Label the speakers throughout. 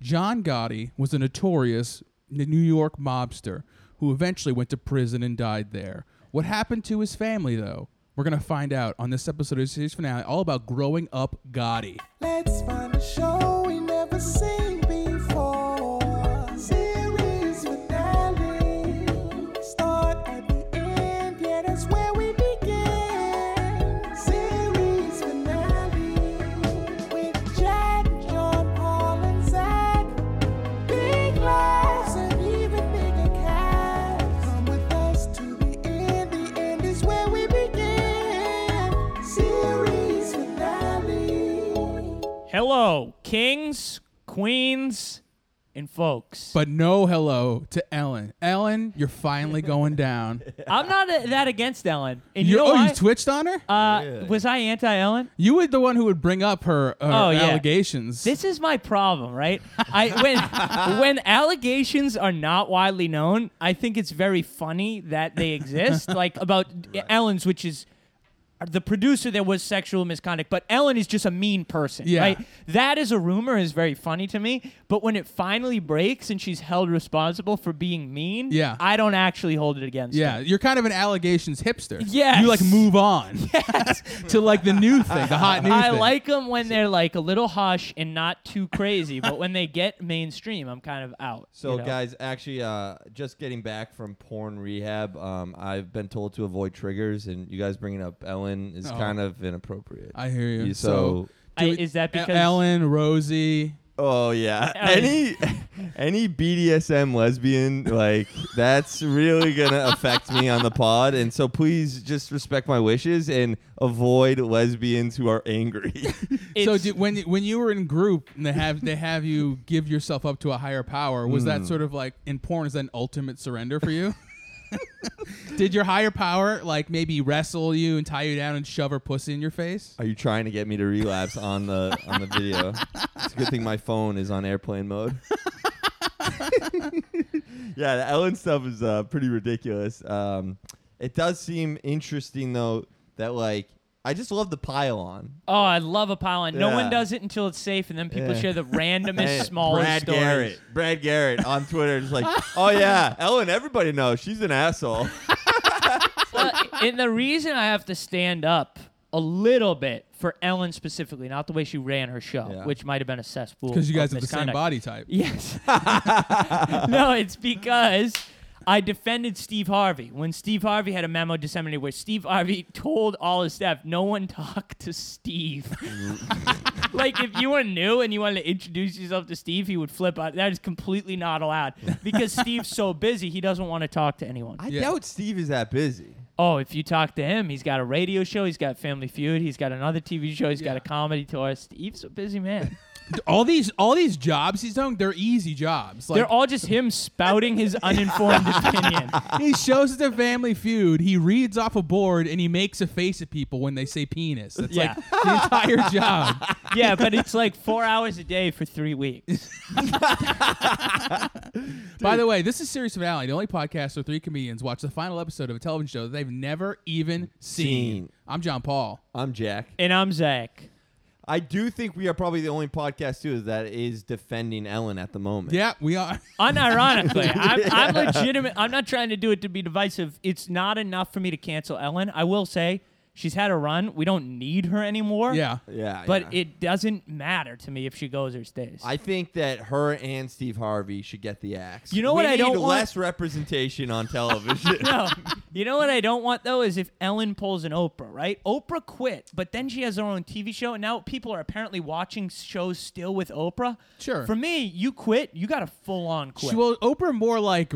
Speaker 1: John Gotti was a notorious N- New York mobster who eventually went to prison and died there. What happened to his family, though? We're going to find out on this episode of the series finale, all about growing up Gotti.
Speaker 2: Let's find a show we never seen before. Series finale. Start at the end, yeah, that's where we begin. Series finale with Jack, John, Paul, and Zach. Big laughs and even bigger cats. Come with us to the end. The end is where we begin. Series finale.
Speaker 3: Hello, kings, queens, and folks.
Speaker 1: But no hello to Ellen. Ellen, you're finally going down.
Speaker 3: I'm not uh that against Ellen. And you
Speaker 1: You're-
Speaker 3: know
Speaker 1: oh,
Speaker 3: why?
Speaker 1: you twitched on her?
Speaker 3: uh, Was I anti Ellen?
Speaker 1: you were the one who would bring up her, her
Speaker 3: Oh, yeah.
Speaker 1: allegations.
Speaker 3: This is my problem, right? I when when allegations are not widely known, I think it's very funny that they exist. like about Ellen's, which is the producer, there was sexual misconduct, but Ellen is just a mean person,
Speaker 1: Yeah.
Speaker 3: right? That is a rumor is very funny to me. But when it finally breaks and she's held responsible for being mean,
Speaker 1: Yeah.
Speaker 3: I don't actually hold it against. her.
Speaker 1: yeah, you're kind of an allegations hipster.
Speaker 3: Yes.
Speaker 1: You like move on to like the new thing, the hot new
Speaker 3: I
Speaker 1: thing.
Speaker 3: like them when they're like a little hush and not too crazy, but when they get mainstream, I'm kind of out.
Speaker 4: So
Speaker 3: you know?
Speaker 4: guys, actually, uh, just getting back from porn rehab, um, I've been told to avoid triggers, and you guys bringing up Ellen is
Speaker 1: Oh.
Speaker 4: kind of inappropriate.
Speaker 1: I hear you.
Speaker 4: so,
Speaker 3: I-
Speaker 1: Do it-
Speaker 3: is that
Speaker 1: E-
Speaker 3: because-
Speaker 1: Ellen, Rosie?
Speaker 4: oh yeah,
Speaker 3: Ellen-
Speaker 4: any any BDSM lesbian like that's really gonna affect me on the pod, and so please just respect my wishes and avoid lesbians who are angry.
Speaker 1: so
Speaker 3: It's-
Speaker 1: do, when when you were in group and they have they have you give yourself up to a higher power, was that sort of like in porn is that an ultimate surrender for you? Did your higher power like maybe wrestle you and tie you down and shove her pussy in your face?
Speaker 4: are you trying to get me to relapse on the on the video? It's a good thing my phone is on airplane mode. yeah, the Ellen stuff is uh, pretty ridiculous. Um, it does seem interesting though that like I just love the pile on.
Speaker 3: oh, I love a pylon. No one
Speaker 4: Yeah.
Speaker 3: does it until it's safe, and then people
Speaker 4: Yeah.
Speaker 3: share the randomest,
Speaker 4: Hey,
Speaker 3: smallest
Speaker 4: Brad
Speaker 3: stories.
Speaker 4: Garrett. Brad Garrett on Twitter just like, oh yeah, Ellen. Everybody knows she's an asshole.
Speaker 3: Well, and the reason I have to stand up a little bit for Ellen specifically, not the way she ran her show,
Speaker 4: Yeah.
Speaker 3: which might have been a cesspool.
Speaker 1: Because you
Speaker 3: of
Speaker 1: guys have the same
Speaker 3: misconduct.
Speaker 1: body type.
Speaker 3: Yes. no, it's because I defended Steve Harvey when Steve Harvey had a memo disseminated where Steve Harvey told all his staff, no one talk to Steve. like, if you were new and you wanted to introduce yourself to Steve, he would flip out. That is completely not allowed because Steve's so busy, he doesn't want to talk to anyone.
Speaker 4: I
Speaker 1: Yeah.
Speaker 4: doubt Steve is that busy.
Speaker 3: Oh, if you talk to him, he's got a radio show, he's got Family Feud, he's got another TV show, he's got a
Speaker 1: Yeah.
Speaker 3: comedy tour. Steve's a busy man.
Speaker 1: All these all these jobs he's doing, they're easy jobs. Like
Speaker 3: They're all just him spouting his uninformed opinion.
Speaker 1: he shows the Family Feud, he reads off a board, and he makes a face at people when they say penis. That's
Speaker 3: Yeah.
Speaker 1: like the entire job.
Speaker 3: yeah, but it's like four hours a day for three weeks.
Speaker 1: By the way, this is Serious Finale, the only podcast where three comedians watch the final episode of a television show that they've never even seen.
Speaker 4: Seen.
Speaker 1: I'm John Paul.
Speaker 4: I'm Jack.
Speaker 3: And I'm Zach.
Speaker 4: I do think we are probably the only podcast too that is defending Ellen at the moment.
Speaker 1: Yeah, we are.
Speaker 3: Unironically, I'm, I'm legitimate. I'm not trying to do it to be divisive. It's not enough for me to cancel Ellen. I will say she's had a run. We don't need her anymore.
Speaker 1: yeah.
Speaker 4: Yeah.
Speaker 3: But
Speaker 4: yeah.
Speaker 3: it doesn't matter to me if she goes or stays.
Speaker 4: I think that her and Steve Harvey should get the axe.
Speaker 3: You know
Speaker 4: We
Speaker 3: what I
Speaker 4: need
Speaker 3: don't want?
Speaker 4: less representation on television.
Speaker 3: no. You know what I don't want though is if Ellen pulls an Oprah, right? Oprah quit, but then she has her own TV show, and now people are apparently watching shows still with Oprah.
Speaker 1: Sure.
Speaker 3: For me, you quit, you got to full on quit.
Speaker 1: She, well, Oprah more like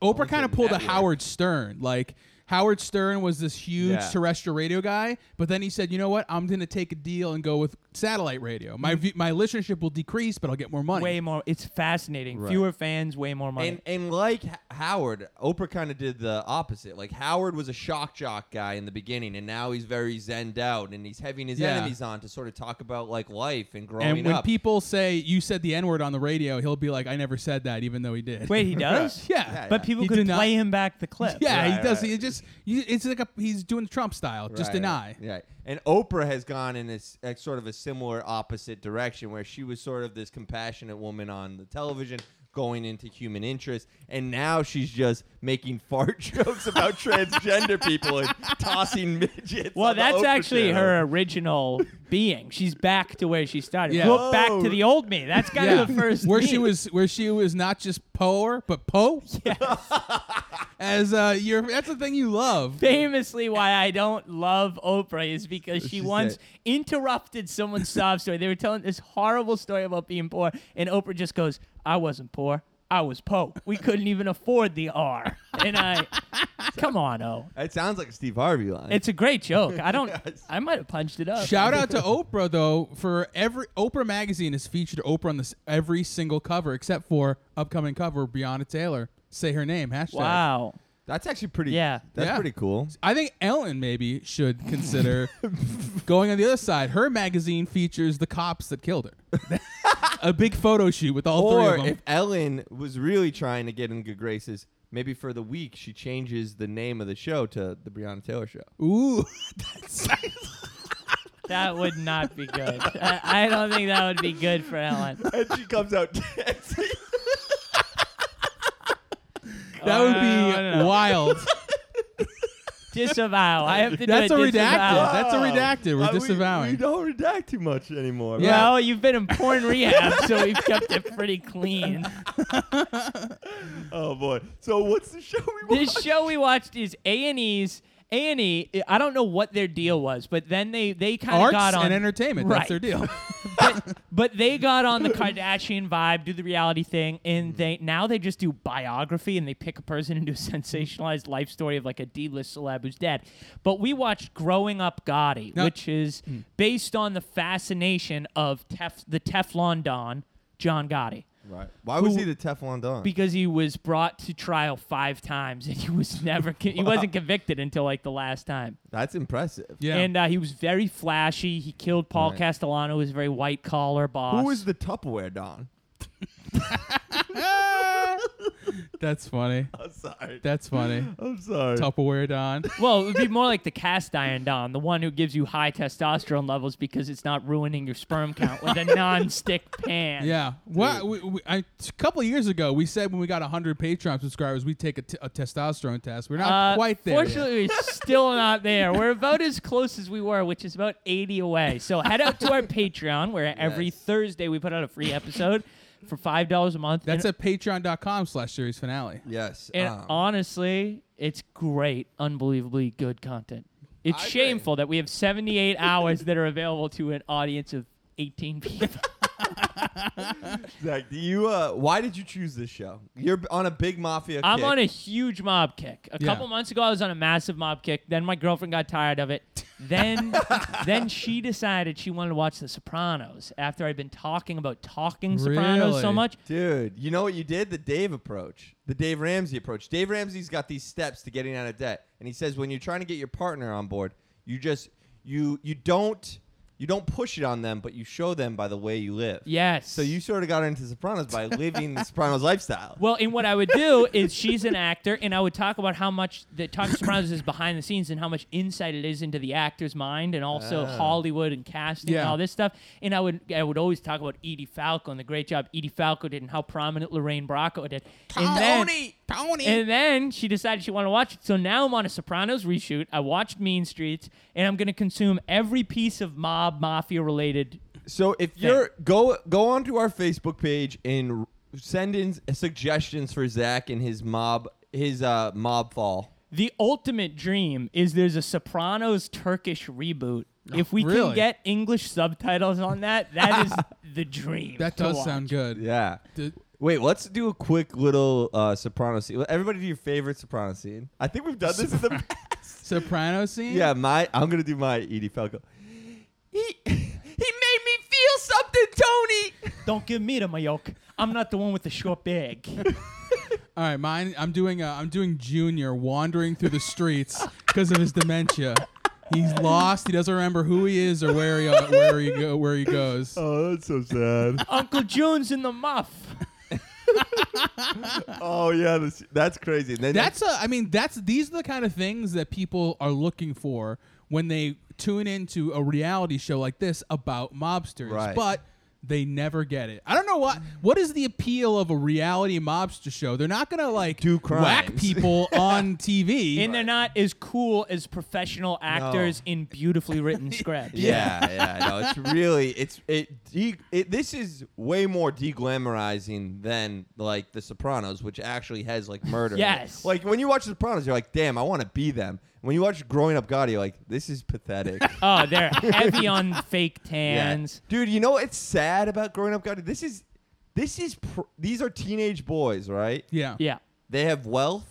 Speaker 1: Oprah kind of
Speaker 4: it
Speaker 1: pulled a
Speaker 4: network?
Speaker 1: Howard Stern. Like Howard Stern was this huge
Speaker 4: Yeah.
Speaker 1: terrestrial radio guy, but then he said, "You know what? I'm going to take a deal and go with satellite radio. My view my listenership will decrease, but I'll get more money."
Speaker 3: way more. It's fascinating.
Speaker 4: Right.
Speaker 3: Fewer fans, way more money.
Speaker 4: And and like H- Howard, Oprah kind of did the opposite. Like Howard was a shock jock guy in the beginning, and now he's very zened out, and he's having his
Speaker 1: Yeah.
Speaker 4: enemies on to sort of talk about like life and growing
Speaker 1: and when
Speaker 4: up.
Speaker 1: people say you said the N word on the radio, he'll be like, "I never said that," even though he did.
Speaker 3: Wait, he does?
Speaker 1: yeah,
Speaker 3: But people
Speaker 1: He
Speaker 3: could
Speaker 1: did
Speaker 3: play
Speaker 1: not-
Speaker 3: him back the clip.
Speaker 1: Yeah,
Speaker 4: Right,
Speaker 1: he does.
Speaker 4: right.
Speaker 1: He just He's you- it's like a he's doing Trump style. just
Speaker 4: Right,
Speaker 1: deny.
Speaker 4: Right, right. And Oprah has gone in a, s- a sort of a similar opposite direction where she was sort of this compassionate woman on the television going into human interest and now she's just making fart jokes about transgender people and tossing midgets.
Speaker 3: Well,
Speaker 4: on the
Speaker 3: that's
Speaker 4: Oprah
Speaker 3: actually
Speaker 4: channel.
Speaker 3: her original being. She's back to where she started.
Speaker 1: Yeah.
Speaker 3: Look back
Speaker 4: Oh.
Speaker 3: to the old me. That's kind of the first
Speaker 1: where
Speaker 3: me.
Speaker 1: she was where she was not just poor but po. As uh, your that's the thing you love.
Speaker 3: famously why I don't love Oprah is because she
Speaker 4: She's
Speaker 3: once
Speaker 4: dead.
Speaker 3: interrupted someone's sob story. They were telling this horrible story about being poor, and Oprah just goes, "I wasn't poor. I was po. We couldn't even afford the R." And I, come on, O.
Speaker 4: That sounds like a Steve Harvey line.
Speaker 3: It's a great joke. I don't. I might have punched it up.
Speaker 1: Shout out to Oprah though for every Oprah magazine has featured Oprah on this every single cover except for upcoming cover Breonna Taylor. Say her name hashtag.
Speaker 3: Wow.
Speaker 4: that's actually pretty
Speaker 3: Yeah.
Speaker 4: That's
Speaker 1: Yeah.
Speaker 4: pretty cool.
Speaker 1: I think Ellen maybe should consider going on the other side. Her magazine features the cops that killed her. a big photo shoot with all
Speaker 4: Or
Speaker 1: three of them.
Speaker 4: if Ellen was really trying to get in good graces, maybe for the week she changes the name of the show to the Breonna Taylor show.
Speaker 1: Ooh, that's
Speaker 3: That would not be good. I, I don't think that would be good for Ellen.
Speaker 4: and she comes out dancing.
Speaker 1: That would
Speaker 3: I don't
Speaker 1: be
Speaker 3: know.
Speaker 1: wild.
Speaker 3: Disavow. I have to
Speaker 1: That's a
Speaker 3: do
Speaker 1: redacted.
Speaker 3: disavow.
Speaker 1: That's a redacted. We're
Speaker 4: Uh, we- We,
Speaker 1: disavowing.
Speaker 4: don't redact too much anymore.
Speaker 1: Yeah.
Speaker 4: right?
Speaker 3: Well, you've been in porn rehab, so we've kept it pretty clean.
Speaker 4: Oh boy. So what's the show we
Speaker 3: This show we watched is A and E's. A and E. I don't know what their deal was, but then they they kind of
Speaker 1: Arts
Speaker 3: got on
Speaker 1: and entertainment. That's their
Speaker 3: Right.
Speaker 1: deal.
Speaker 3: but, but they got on the Kardashian vibe, do the reality thing,
Speaker 4: Mm-hmm.
Speaker 3: and they now they just do biography and they pick a person and do a sensationalized life story of like a D-list celeb who's dead. But we watched Growing Up Gotti,
Speaker 1: Now-
Speaker 3: which is
Speaker 4: Mm.
Speaker 3: based on the fascination of tef- the Teflon Don, John Gotti.
Speaker 4: Right. Why was
Speaker 3: Who-
Speaker 4: he the Teflon Don?
Speaker 3: because he was brought to trial five times and he was never con- he wasn't convicted until like the last time
Speaker 4: That's impressive.
Speaker 1: Yeah.
Speaker 3: and uh, he was very flashy he killed paul
Speaker 4: Right.
Speaker 3: castellano who was a very white collar boss
Speaker 4: Who was the Tupperware Don?
Speaker 1: that's funny.
Speaker 4: I'm sorry.
Speaker 1: That's funny.
Speaker 4: I'm sorry.
Speaker 1: Tupperware Don.
Speaker 3: well it would be more like the cast iron don the one who gives you high testosterone levels because it's not ruining your sperm count with a non-stick pan
Speaker 1: Yeah. Well, we, we, I, a couple of years ago, we said when we got 100 Patreon subscribers, we'd take a, t- a testosterone test. We're not
Speaker 3: Uh,
Speaker 1: quite there. yet.
Speaker 3: Fortunately, we're still not there. We're about as close as we were, which is about 80 away. So head out to our Patreon, where every
Speaker 4: Yes.
Speaker 3: Thursday we put out a free episode for five dollars a month.
Speaker 1: That's
Speaker 3: and,
Speaker 1: at patreon.com slash series finale.
Speaker 4: Yes.
Speaker 3: and
Speaker 4: um,
Speaker 3: honestly, it's great, unbelievably good content. It's
Speaker 4: I agree.
Speaker 3: shameful that we have 78 hours that are available to an audience of 18 people.
Speaker 4: Zach, do you? Uh, why did you choose this show? You're b- on a big mafia.
Speaker 3: I'm
Speaker 4: kick.
Speaker 3: on a huge mob kick. A
Speaker 1: Yeah.
Speaker 3: couple months ago, I was on a massive mob kick. Then my girlfriend got tired of it. Then, then she decided she wanted to watch The Sopranos after I'd been talking about talking Sopranos so
Speaker 1: Really?
Speaker 3: much.
Speaker 4: Dude, you know what you did? The Dave approach, the Dave Ramsey approach. Dave Ramsey's got these steps to getting out of debt, and he says when you're trying to get your partner on board, you just you you don't you don't push it on them, but you show them by the way you live.
Speaker 3: Yes.
Speaker 4: So you sort of got into Sopranos by living the Sopranos lifestyle.
Speaker 3: Well, and what I would do is she's an actor, and I would talk about how much the Talking Sopranos is behind the scenes and how much insight it is into the actor's mind, and also
Speaker 4: Ah.
Speaker 3: Hollywood and casting and
Speaker 1: Yeah.
Speaker 3: all this stuff. And I would I would always talk about Edie Falco and the great job Edie Falco did and how prominent Lorraine Bracco did. And then,
Speaker 1: Tony.
Speaker 3: And then she decided she wanted to watch it. So now I'm on a Sopranos reshoot. I watched Mean Streets, and I'm going to consume every piece of mob mafia related.
Speaker 4: So if you're go go onto our Facebook page and r- send in s- suggestions for Zach and his mob his uh mob fall.
Speaker 3: The ultimate dream is there's a Sopranos Turkish reboot. If we
Speaker 1: Oh, really?
Speaker 3: can get English subtitles on that, that is the dream.
Speaker 1: that
Speaker 3: to
Speaker 1: does
Speaker 3: watch.
Speaker 1: sound good.
Speaker 4: Yeah.
Speaker 1: Did-
Speaker 4: Wait, let's do a quick little uh, Soprano scene. Everybody, do your favorite Soprano scene. I think we've done this in the past.
Speaker 1: Soprano scene?
Speaker 4: Yeah, my I'm gonna do my Edie Falco. He he made me feel something, Tony.
Speaker 3: Don't give me the mayoke. I'm not the one with the short bag.
Speaker 1: All right, mine. I'm doing. Uh, I'm doing Junior wandering through the streets because of his dementia. He's lost. He doesn't remember who he is or where he uh, where he go where he goes.
Speaker 4: Oh, that's so sad.
Speaker 3: Uncle June's in the muff.
Speaker 4: oh yeah, this, that's crazy. And then
Speaker 1: That's a. I mean, that's these are the kind of things that people are looking for when they tune into a reality show like this about mobsters,
Speaker 4: Right.
Speaker 1: but they never get it. I don't know what what is the appeal of a reality mobster show. They're not gonna like
Speaker 4: Do
Speaker 1: whack
Speaker 4: crimes.
Speaker 1: people on TV.
Speaker 3: And they're not as cool as professional actors in beautifully written scripts.
Speaker 4: yeah, yeah, no, it's really it's it, de- it this is way more deglamorizing than like The Sopranos, which actually has like murder. in it.
Speaker 3: Yes.
Speaker 4: like when you watch The Sopranos, you're like, damn, I want to be them. When you watch Growing Up God, you're like, this is pathetic.
Speaker 3: Oh, they're heavy on fake tans.
Speaker 4: Dude, you know what's sad about Growing Up God? This is this is pr- these are teenage boys, right?
Speaker 1: yeah,
Speaker 3: Yeah.
Speaker 4: They have wealth,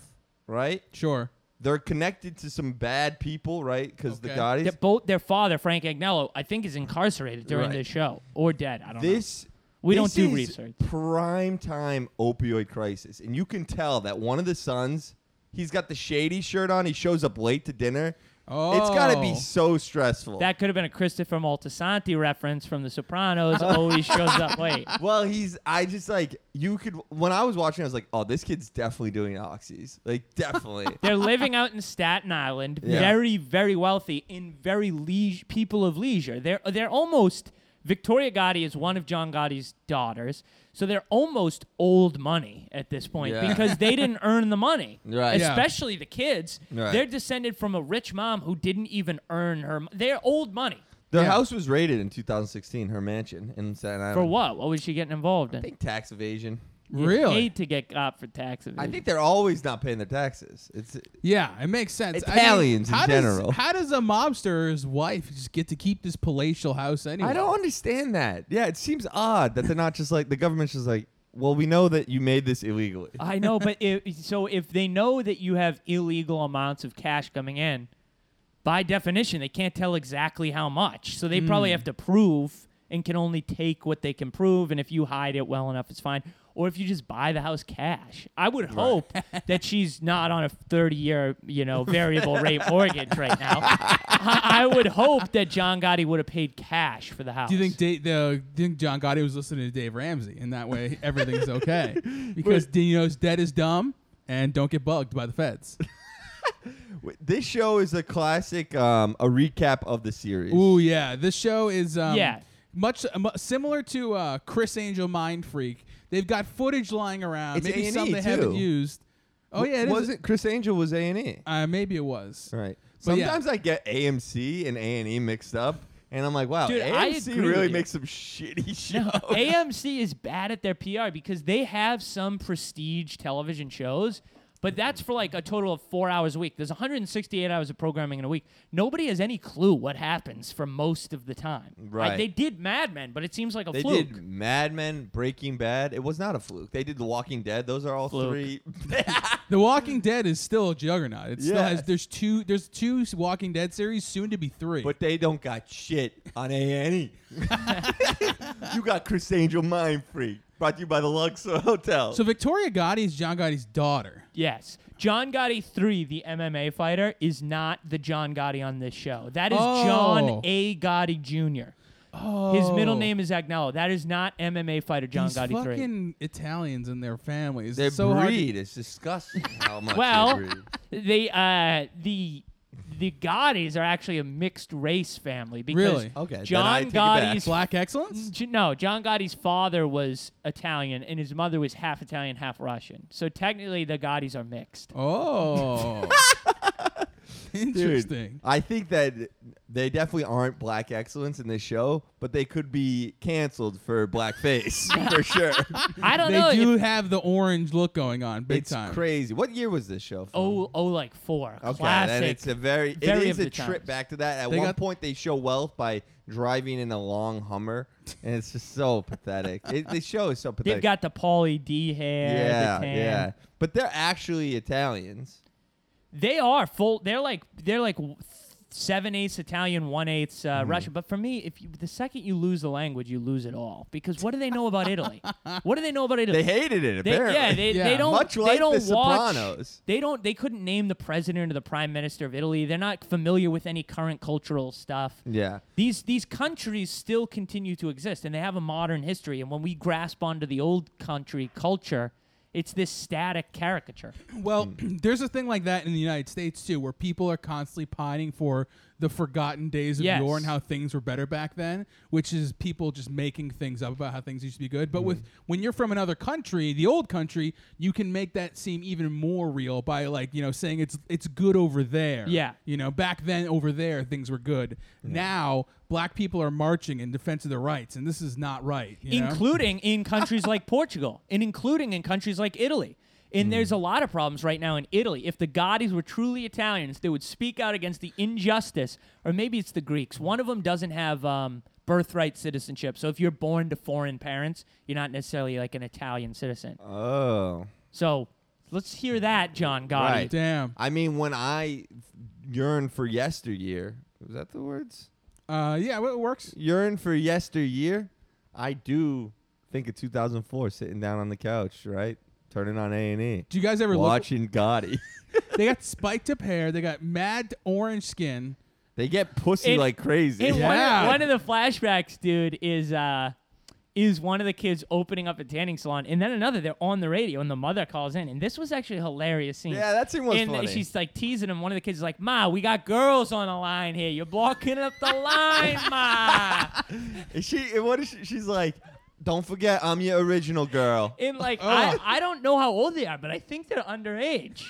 Speaker 4: right?
Speaker 1: sure.
Speaker 4: They're connected to some bad people, right? Because the
Speaker 1: Okay.
Speaker 4: Gotti's.
Speaker 3: Their, both their father, Frank Agnello, I think is incarcerated during
Speaker 4: Right.
Speaker 3: this show or dead. I don't know.
Speaker 4: This
Speaker 3: We
Speaker 4: this
Speaker 3: don't do
Speaker 4: is
Speaker 3: research.
Speaker 4: Prime time opioid crisis, and you can tell that one of the sons, he's got the shady shirt on. He shows up late to dinner. it's got to be
Speaker 1: Oh.
Speaker 4: so stressful.
Speaker 3: That could have been a Christopher Moltisanti reference from The Sopranos. Always shows up late.
Speaker 4: well, he's. I just like you could. When I was watching, I was like, "Oh, this kid's definitely doing oxys. Like, definitely."
Speaker 3: They're living out in Staten Island,
Speaker 4: Yeah.
Speaker 3: very, very wealthy, in very leisure people of leisure. They're they're almost Victoria Gotti is one of John Gotti's daughters, so they're almost old money at this point
Speaker 4: Yeah.
Speaker 3: because they didn't earn the money.
Speaker 4: Right.
Speaker 1: Yeah.
Speaker 3: Especially the kids.
Speaker 4: Right.
Speaker 3: They're descended from a rich mom who didn't even earn her. m- They're old money
Speaker 4: Their
Speaker 1: Yeah.
Speaker 4: house was raided in 2016. Her mansion in Staten Island
Speaker 3: for what? What was she getting involved
Speaker 4: I
Speaker 3: in?
Speaker 4: think tax evasion.
Speaker 3: You
Speaker 1: Really?
Speaker 3: paid to get caught for tax
Speaker 4: I
Speaker 3: evasion.
Speaker 4: think they're always not paying their taxes. It's
Speaker 1: Yeah, it makes sense. I mean,
Speaker 4: Italians in
Speaker 1: how does-
Speaker 4: general.
Speaker 1: How does a mobster's wife just get to keep this palatial house anyway?
Speaker 4: I don't understand that. Yeah, it seems odd that they're not just like the government's just like, well, we know that you made this illegally.
Speaker 3: I know, but if, so if they know that you have illegal amounts of cash coming in, by definition, they can't tell exactly how much. So they
Speaker 1: Hmm.
Speaker 3: probably have to prove and can only take what they can prove. And if you hide it well enough, it's fine. Or if you just buy the house cash, I would hope that she's not on a 30-year, you know, variable rate mortgage right now. I, I would hope that John Gotti would have paid cash for the house.
Speaker 1: Do you think Dave, the do you think John Gotti was listening to Dave Ramsey, and that way everything's okay? Because Dino's dead is dumb, and don't get bugged by the feds.
Speaker 4: W- This show is a classic, um, a recap of the series.
Speaker 1: Ooh yeah, this show is um,
Speaker 3: Yeah.
Speaker 1: much um, similar to uh, Chris Angel Mind Freak. They've got footage lying around,
Speaker 4: It's
Speaker 1: maybe
Speaker 4: A&E
Speaker 1: some they
Speaker 4: too.
Speaker 1: haven't used. Oh yeah, it is-
Speaker 4: wasn't Chris Angel was A and E.
Speaker 1: Uh, maybe it was.
Speaker 4: Right.
Speaker 1: But yeah.
Speaker 4: Sometimes I get AMC and A and E mixed up, and I'm like, wow,
Speaker 3: Dude, I
Speaker 4: AMC
Speaker 3: agree with
Speaker 4: really
Speaker 3: you.
Speaker 4: makes some shitty shows.
Speaker 3: No, AMC is bad at their PR because they have some prestige television shows, but that's for like a total of four hours a week. There's 168 hours of programming in a week. Nobody has any clue what happens for most of the time. Like
Speaker 4: Right.
Speaker 3: they did Mad Men, but it seems like a
Speaker 4: They
Speaker 3: fluke.
Speaker 4: did Mad Men, Breaking Bad. It was not a fluke. They did The Walking Dead. Those are all
Speaker 3: Fluke.
Speaker 4: three.
Speaker 1: The Walking Dead is still a juggernaut. It still
Speaker 4: Yeah.
Speaker 1: has there's two there's two Walking Dead series, soon to be three.
Speaker 4: but they don't got shit on A&E. you got Chris Angel Mind Freak, brought to you by the Luxor Hotel.
Speaker 1: so Victoria Gotti is John Gotti's daughter.
Speaker 3: Yes. John Gotti 3, the MMA fighter, is not the John Gotti on this show. That is
Speaker 1: Oh.
Speaker 3: John A. Gotti Jr.
Speaker 1: Oh,
Speaker 3: His middle name is Agnello. That is not MMA fighter John
Speaker 1: These
Speaker 3: Gotti 3.
Speaker 1: fucking Italians and their families.
Speaker 4: their
Speaker 1: It's so hard to-
Speaker 4: breed is disgusting. How much
Speaker 3: Well,
Speaker 4: they breed.
Speaker 3: they uh the the Gottis are actually a mixed race family because
Speaker 1: Really?
Speaker 4: Okay, then I
Speaker 3: John
Speaker 4: take it back.
Speaker 3: Gotti's
Speaker 1: black
Speaker 4: Mm.
Speaker 1: excellence.
Speaker 3: J- no John Gotti's father was Italian and his mother was half Italian half Russian. So technically the Gottis are mixed.
Speaker 1: Oh,
Speaker 4: Dude,
Speaker 1: interesting.
Speaker 4: I think that they definitely aren't black excellence in this show, but they could be canceled for blackface for sure.
Speaker 3: I don't know.
Speaker 1: They do
Speaker 3: if-
Speaker 1: have the orange look going on, big
Speaker 4: it's
Speaker 1: time.
Speaker 4: crazy. What year was this show? From?
Speaker 3: oh oh like 4.
Speaker 4: Okay,
Speaker 3: Classic.
Speaker 4: then it's a very,
Speaker 3: Very
Speaker 4: it is
Speaker 3: of
Speaker 4: a
Speaker 3: the
Speaker 4: trip
Speaker 3: times.
Speaker 4: back to that. At
Speaker 1: They
Speaker 4: one
Speaker 1: got-
Speaker 4: point, they show wealth by driving in a long Hummer, and it's just so pathetic. It, the show is so pathetic.
Speaker 3: They've got the Paulie D hair,
Speaker 4: yeah,
Speaker 3: the tan.
Speaker 4: yeah, but they're actually Italians.
Speaker 3: They are full. They're like they're like seven eighths Italian, one eighths uh,
Speaker 4: Mm-hmm.
Speaker 3: Russian. But for me, if you, the second you lose the language, you lose it all. Because what do they know about Italy? what do they know about Italy?
Speaker 4: They hated it
Speaker 3: They-
Speaker 4: apparently.
Speaker 3: yeah, they,
Speaker 1: Yeah.
Speaker 3: they don't.
Speaker 4: Much
Speaker 3: they
Speaker 4: like
Speaker 3: don't
Speaker 4: The
Speaker 3: watch-
Speaker 4: Sopranos.
Speaker 3: They don't. They couldn't name the president or the prime minister of Italy. They're not familiar with any current cultural stuff.
Speaker 4: yeah.
Speaker 3: These these countries still continue to exist, and they have a modern history. And when we grasp onto the old country culture, it's this static caricature.
Speaker 1: Well, there's a thing like that in the United States too, where people are constantly pining for the forgotten days of
Speaker 3: Yes.
Speaker 1: yore and how things were better back then, which is people just making things up about how things used to be good. But with when you're from another country, the old country, you can make that seem even more real by like you know saying it's it's good over there.
Speaker 3: Yeah.
Speaker 1: you know back then over there things were good. Now black people are marching in defense of their rights, and this is not right. You know?
Speaker 3: including in countries like Portugal and including in countries like Italy. And
Speaker 1: Hmm.
Speaker 3: there's a lot of problems right now in Italy. If the Gaudis were truly Italians, they would speak out against the injustice, or maybe it's the Greeks. One of them doesn't have um, birthright citizenship. So if you're born to foreign parents, you're not necessarily like an Italian citizen.
Speaker 1: Uh.
Speaker 4: Oh.
Speaker 3: So let's hear that, John Gotti.
Speaker 4: Right.
Speaker 1: Damn.
Speaker 4: I mean, when I yearn for yesteryear, was that the words?
Speaker 1: Uh, yeah, well, it works.
Speaker 4: Yearn for yesteryear. I do think of 2004, sitting down on the couch, right, turning on A and E,
Speaker 1: Do you guys ever look?
Speaker 4: watching Gotti.
Speaker 1: they got spiked up hair. They got mad orange skin.
Speaker 4: they get pussy
Speaker 3: It-
Speaker 4: like crazy.
Speaker 3: It- one of-
Speaker 1: Yeah.
Speaker 3: one, of, the flashbacks, dude, is uh, is one of the kids opening up a tanning salon, and then another. They're on the radio, and the mother calls in, and this was actually a hilarious scene.
Speaker 4: Yeah, that scene was
Speaker 3: and
Speaker 4: funny.
Speaker 3: she's like teasing him. One of the kids is like, "Ma, we got girls on the line here. You're blocking up the line, ma."
Speaker 4: Is she? What is she? She's like, don't forget, I'm your original girl.
Speaker 3: And like,
Speaker 1: Oh.
Speaker 3: I, I don't know how old they are, but I think they're underage.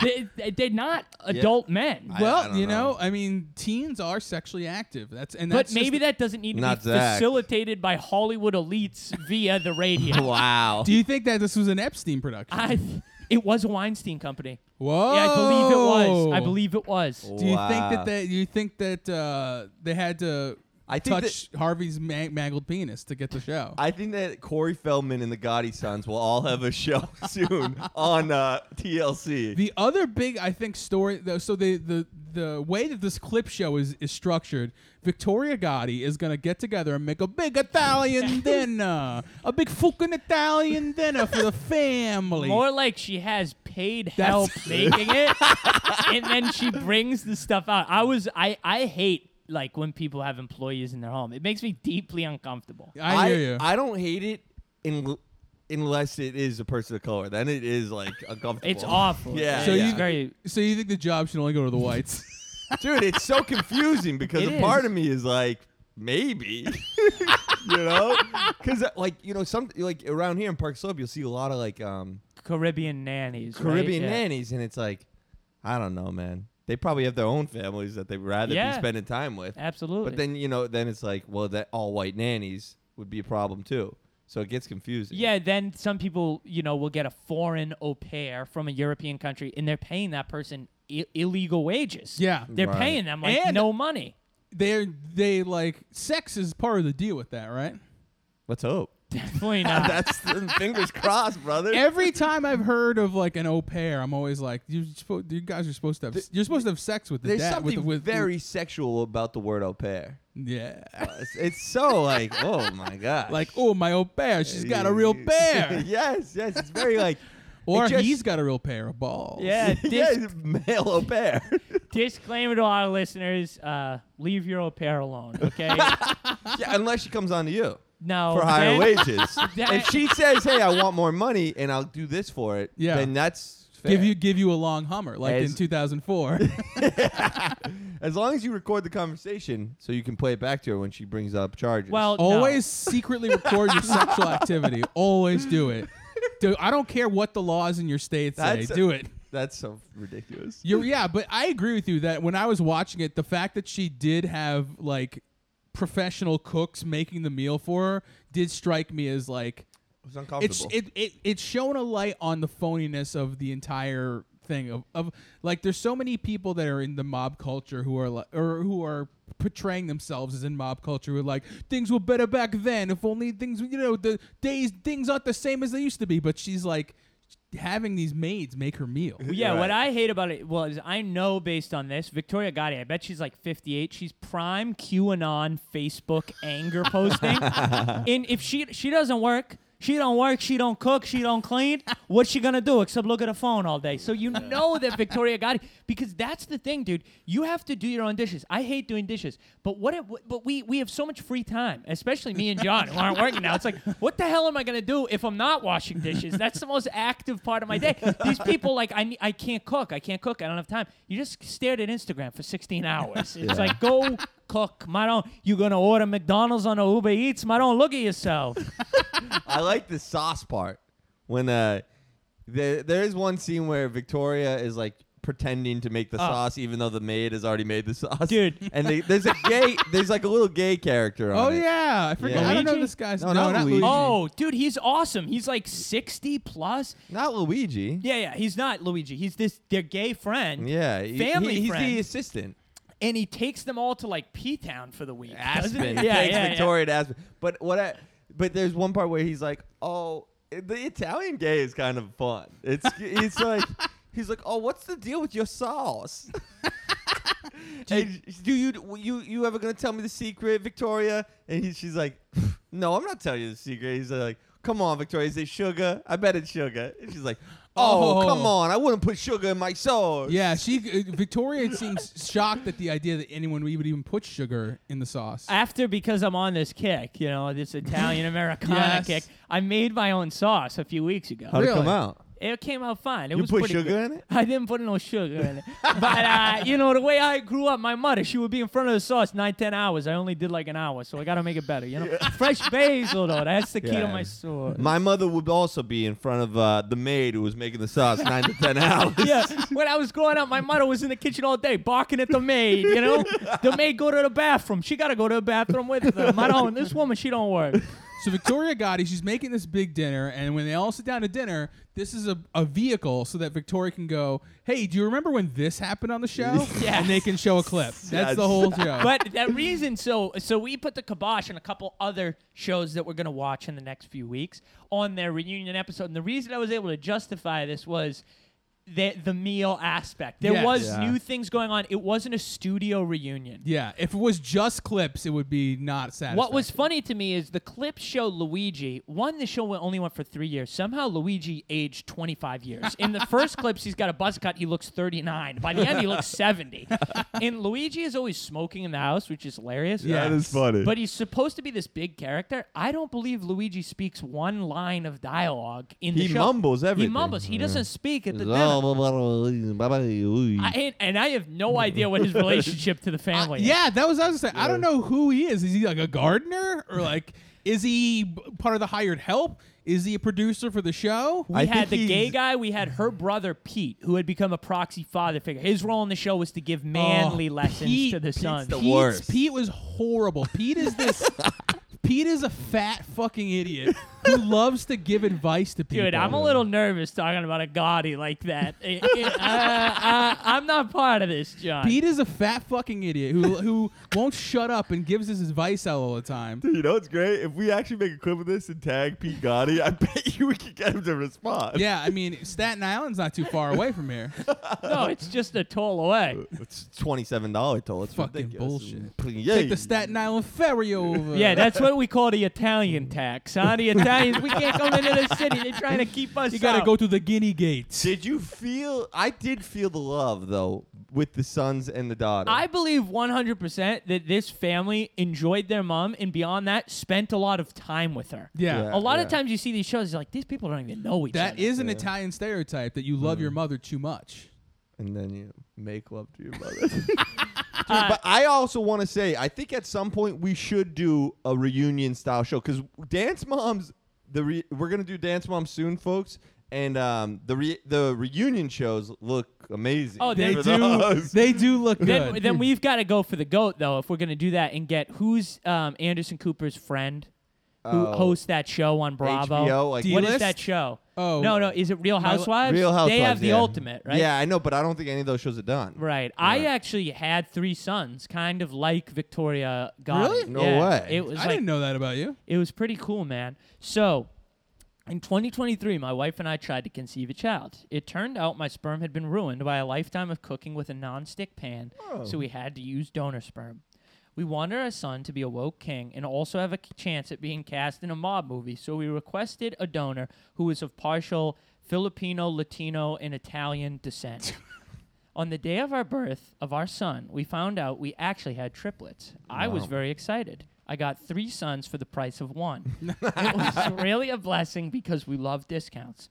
Speaker 3: they, they- they're not adult men.
Speaker 4: I-
Speaker 1: Well,
Speaker 4: don't
Speaker 1: you know,
Speaker 4: know.
Speaker 1: I mean, teens are sexually active. That's and
Speaker 3: but
Speaker 1: that's just-
Speaker 3: maybe that doesn't need to
Speaker 4: Not
Speaker 3: be
Speaker 4: Zach.
Speaker 3: facilitated by Hollywood elites via the radio.
Speaker 4: Wow.
Speaker 1: Do you think that this was an Epstein production?
Speaker 3: I, it was a Weinstein company.
Speaker 1: Whoa!
Speaker 3: Yeah, I believe it was.
Speaker 4: Oh.
Speaker 3: I believe it was.
Speaker 1: Do you think
Speaker 4: Wow.
Speaker 1: that they? You think that uh, they had to
Speaker 4: I think
Speaker 1: touch Harvey's ma- mangled penis to get the show?
Speaker 4: I think that Corey Feldman and the Gotti Sons will all have a show soon on uh, TLC.
Speaker 1: The other big, I think, story though. So the the the way that this clip show is is structured, Victoria Gotti is gonna get together and make a big Italian dinner, a big fucking Italian dinner for the family.
Speaker 3: More like she has paid help
Speaker 1: That's-
Speaker 3: making it, and then she brings the stuff out. I was I I hate like when people have employees in their home. It makes me deeply uncomfortable.
Speaker 1: I hear you.
Speaker 4: I don't hate it in, unless it is a person of color. Then it is like uncomfortable.
Speaker 3: It's awful.
Speaker 4: Yeah,
Speaker 1: So
Speaker 3: It's
Speaker 1: you-
Speaker 3: very.
Speaker 1: so you think the job should only go to the whites?
Speaker 4: Dude, it's so confusing because
Speaker 3: It
Speaker 4: a part
Speaker 3: is.
Speaker 4: of me is like, maybe. you know? Because, like, you know, some like around here in Park Slope, you'll see a lot of like um,
Speaker 3: Caribbean nannies. right?
Speaker 4: Caribbean
Speaker 3: Yeah.
Speaker 4: nannies, and it's like, I don't know, man. They probably have their own families that they'd rather
Speaker 3: Yeah.
Speaker 4: be spending time with.
Speaker 3: Absolutely.
Speaker 4: But then, you know, then it's like, well, that all white nannies would be a problem too. So it gets confusing.
Speaker 3: Yeah, then some people, you know, will get a foreign au pair from a European country, and they're paying that person I- illegal wages.
Speaker 1: Yeah.
Speaker 3: they're
Speaker 4: Right.
Speaker 3: paying them like
Speaker 1: And-
Speaker 3: no money.
Speaker 1: they they like sex is part of the deal with that, right?
Speaker 4: Let's hope.
Speaker 3: Definitely not.
Speaker 4: That's fingers crossed, brother.
Speaker 1: Every time I've heard of like an au pair, I'm always like, you, spo- you guys are supposed to have you're supposed to have sex with the
Speaker 4: There's
Speaker 1: dad
Speaker 4: something
Speaker 1: with, with
Speaker 4: very sexual about the word au pair.
Speaker 1: yeah.
Speaker 4: It's, it's so like, oh my god.
Speaker 1: Like, oh my au pair, she's got a real pair,
Speaker 4: yes, yes. It's very like,
Speaker 1: or
Speaker 4: It just-
Speaker 1: he's got a real pair of balls.
Speaker 3: yeah, dis-
Speaker 4: yeah, it's male au pair.
Speaker 3: disclaimer to our listeners: uh, leave your au pair alone. Okay.
Speaker 4: yeah, unless she comes on to you
Speaker 3: no.
Speaker 4: for higher
Speaker 3: then-
Speaker 4: wages.
Speaker 3: then-
Speaker 4: if she says, hey, I want more money and I'll do this for it,
Speaker 1: Yeah.
Speaker 4: then that's fair.
Speaker 1: Give you give you a long Hummer like
Speaker 4: As-
Speaker 1: in 2004.
Speaker 4: As long as you record the conversation so you can play it back to her when she brings up charges.
Speaker 3: Well, no.
Speaker 1: Always secretly record your sexual activity. Always do it. Do, I don't care what the laws in your state say.
Speaker 4: That's a-
Speaker 1: do it.
Speaker 4: that's so ridiculous.
Speaker 1: You're, yeah, but I agree with you that when I was watching it, the fact that she did have like professional cooks making the meal for her did strike me as like
Speaker 4: It's uncomfortable.
Speaker 1: it's it, it it's shown a light on the phoniness of the entire thing of, of like there's so many people that are in the mob culture who are like or who are portraying themselves as in mob culture who are like things were better back then if only things you know the days things aren't the same as they used to be but she's like having these maids make her meal.
Speaker 3: Well, yeah,
Speaker 4: Right.
Speaker 3: what I hate about it was I know based on this, Victoria Gotti, I bet she's like 58. She's prime QAnon Facebook anger posting. and if she she doesn't work, she don't work, she don't cook, she don't clean, what's she gonna do except look at her phone all day? So you know that Victoria Gotti because that's the thing, dude. You have to do your own dishes. I hate doing dishes, but what? If, but we we have so much free time, especially me and John who aren't working now. It's like, what the hell am I gonna do if I'm not washing dishes? That's the most active part of my day. These people like I ne- I can't cook, I can't cook, I don't have time. You just stared at Instagram for 16 hours. It's like go cook, my don't. You gonna order McDonald's on a Uber Eats, my don't. Look at yourself.
Speaker 4: I like the sauce part when uh, there there is one scene where Victoria is like pretending to make the
Speaker 1: Oh.
Speaker 4: sauce, even though the maid has already made the sauce,
Speaker 3: Dude.
Speaker 4: And they, there's a gay, there's like a little gay character. On
Speaker 1: Oh
Speaker 4: it.
Speaker 1: yeah, I forget.
Speaker 4: Yeah.
Speaker 1: I don't know
Speaker 3: Luigi?
Speaker 1: this guy's
Speaker 4: No,
Speaker 1: no,
Speaker 4: not
Speaker 1: not
Speaker 4: Luigi.
Speaker 1: Luigi.
Speaker 3: Oh, dude, he's awesome. He's like 60 plus.
Speaker 4: not Luigi.
Speaker 3: Yeah, yeah, he's not Luigi. He's this their gay friend.
Speaker 4: Yeah, he-
Speaker 3: family
Speaker 4: he- he's
Speaker 3: friend.
Speaker 4: the assistant.
Speaker 3: and he takes them all to like P Town for the week. doesn't
Speaker 4: Aspen.
Speaker 3: he?
Speaker 4: He takes Victoria to Aspen. But what? I, but there's one part where he's like, "Oh, the Italian gay is kind of fun." It's it's like he's like, "Oh, what's the deal with your sauce?" And do you you you ever gonna tell me the secret, Victoria? And he, she's like, "No, I'm not telling you the secret." He's like, "Come on, Victoria, is it sugar? I bet it's sugar." And she's like, "Oh,
Speaker 1: Oh.
Speaker 4: come on, I wouldn't put sugar in my sauce."
Speaker 1: Yeah, she uh, Victoria seems shocked at the idea that anyone would even put sugar in the sauce.
Speaker 3: After because I'm on this kick, you know, this Italian Americana
Speaker 1: Yes.
Speaker 3: kick. I made my own sauce a few weeks ago.
Speaker 4: How'd it come
Speaker 1: Really?
Speaker 4: out?
Speaker 3: It came out fine. It
Speaker 4: You
Speaker 3: was
Speaker 4: put
Speaker 3: pretty
Speaker 4: sugar
Speaker 3: good.
Speaker 4: in it?
Speaker 3: I didn't put no sugar in it. but uh, you know, the way I grew up, my mother, she would be in front of the sauce nine, ten hours. I only did like an hour, so I gotta make it better. You know, fresh basil though. That's the key to
Speaker 4: Yeah.
Speaker 3: my sauce.
Speaker 4: My mother would also be in front of uh, the maid who was making the sauce nine to ten hours.
Speaker 3: yeah. When I was growing up, my mother was in the kitchen all day barking at the maid. You know, the maid go to the bathroom. She gotta go to the bathroom with them. I don't. This woman, she don't work.
Speaker 1: So Victoria Gotti, she's making this big dinner, and when they all sit down to dinner, this is a, a vehicle so that Victoria can go, "Hey, do you remember when this happened on the show?"
Speaker 3: Yes.
Speaker 1: And they can show a clip. That's
Speaker 4: Yes.
Speaker 1: the whole show.
Speaker 3: But that reason, so so we put the kibosh on a couple other shows that we're gonna watch in the next few weeks on their reunion episode. And the reason I was able to justify this was. The, the meal aspect. There
Speaker 1: Yes.
Speaker 3: was
Speaker 4: Yeah.
Speaker 3: new things going on. It wasn't a studio reunion.
Speaker 1: yeah, if it was just clips, it would be not satisfying.
Speaker 3: What was funny to me is the clip show Luigi. One, the show only went for three years. Somehow Luigi aged 25 years. In the first clips, he's got a buzz cut. He looks 39. By the end, he looks 70. And Luigi is always smoking in the house, which is hilarious.
Speaker 1: Yeah. That is
Speaker 4: funny.
Speaker 3: But he's supposed to be this big character. I don't believe Luigi speaks one line of dialogue in the
Speaker 4: He
Speaker 3: show.
Speaker 4: mumbles everything.
Speaker 3: He mumbles. He doesn't speak at the dinner. I,
Speaker 4: I,
Speaker 3: and- and I have no idea what his relationship to the family is.
Speaker 1: Yeah, that was I was saying. I don't know who he is. Is he like a gardener or like is he b- part of the hired help? Is he a producer for the show?
Speaker 3: We
Speaker 4: I
Speaker 3: had
Speaker 4: think
Speaker 3: the gay
Speaker 4: he's-
Speaker 3: guy. We had her brother Pete, who had become a proxy father figure. His role in the show was to give manly
Speaker 1: Oh,
Speaker 3: lessons
Speaker 1: Pete-
Speaker 3: to the
Speaker 1: Pete's
Speaker 3: sons.
Speaker 4: the
Speaker 1: Pete's-
Speaker 4: worst.
Speaker 1: Pete was horrible. Pete is this. Pete is a fat fucking idiot who loves to give advice to people.
Speaker 3: Dude, I'm a little nervous talking about a gaudy like that. I- I- uh, uh, I'm not part of this, John.
Speaker 1: Pete is a fat fucking idiot who who won't shut up and gives his advice out all the time.
Speaker 4: you know what's great? If we actually make a clip of this and tag Pete Gotti, I bet you we could get him to respond.
Speaker 1: Yeah, I mean Staten Island's not too far away from here.
Speaker 3: No, it's just a toll away.
Speaker 1: Uh,
Speaker 4: It's twenty-seven dollar toll. It's
Speaker 1: Fucking
Speaker 4: ridiculous.
Speaker 1: bullshit.
Speaker 4: Yeah.
Speaker 1: Take the Staten Island ferry over.
Speaker 3: Yeah, that's what we call the Italian tax. Huh? The Italians, we can't come into the city. They're trying to keep us.
Speaker 1: you gotta
Speaker 3: out.
Speaker 1: go through the Guinea Gates.
Speaker 4: Did you feel? I did feel the love though with the sons and the daughter.
Speaker 3: I believe 100% that this family enjoyed their mom and beyond that spent a lot of time with her.
Speaker 1: Yeah.
Speaker 4: Yeah.
Speaker 3: A lot of
Speaker 4: yeah.
Speaker 3: times you see these shows, you're like these people don't even know each other.
Speaker 1: That is an Italian stereotype that you love your mother too much.
Speaker 4: and then you make love to your mother. Dude,
Speaker 3: Uh,
Speaker 4: but I also want to say, I think at some point we should do a reunion style show because Dance Moms, the re- we're gonna do Dance Moms soon, folks, and um, the re- the reunion shows look amazing.
Speaker 3: Oh,
Speaker 1: They
Speaker 3: For
Speaker 1: do. They do look
Speaker 3: Then,
Speaker 1: good.
Speaker 3: then we've got to go for the goat though if we're gonna do that and get who's um, Anderson Cooper's friend who
Speaker 4: Oh.
Speaker 3: hosts that show on Bravo.
Speaker 4: HBO, like-
Speaker 3: what is
Speaker 1: D-List?
Speaker 3: that show?
Speaker 1: Oh.
Speaker 3: no, no, is it Real Housewives?
Speaker 4: Real Housewives.
Speaker 3: They have the
Speaker 4: yeah.
Speaker 3: ultimate, right?
Speaker 4: Yeah, I know, but I don't think any of those shows are done.
Speaker 3: Right. I actually had three sons, kind of like Victoria Gotti.
Speaker 1: Really?
Speaker 4: No
Speaker 3: Yeah.
Speaker 4: way.
Speaker 3: It was
Speaker 1: I
Speaker 3: like
Speaker 1: didn't know that about you.
Speaker 3: It was pretty cool, man. So In 2023, my wife and I tried to conceive a child. It turned out my sperm had been ruined by a lifetime of cooking with a nonstick pan, so we had to use donor sperm. We wanted our son to be a woke king and also have a c- chance at being cast in a mob movie, so we requested a donor who was of partial Filipino, Latino, and Italian descent. On the day of our birth of our son, we found out we actually had triplets. I was very excited. I got three sons for the price of one. it was really a blessing because we love discounts.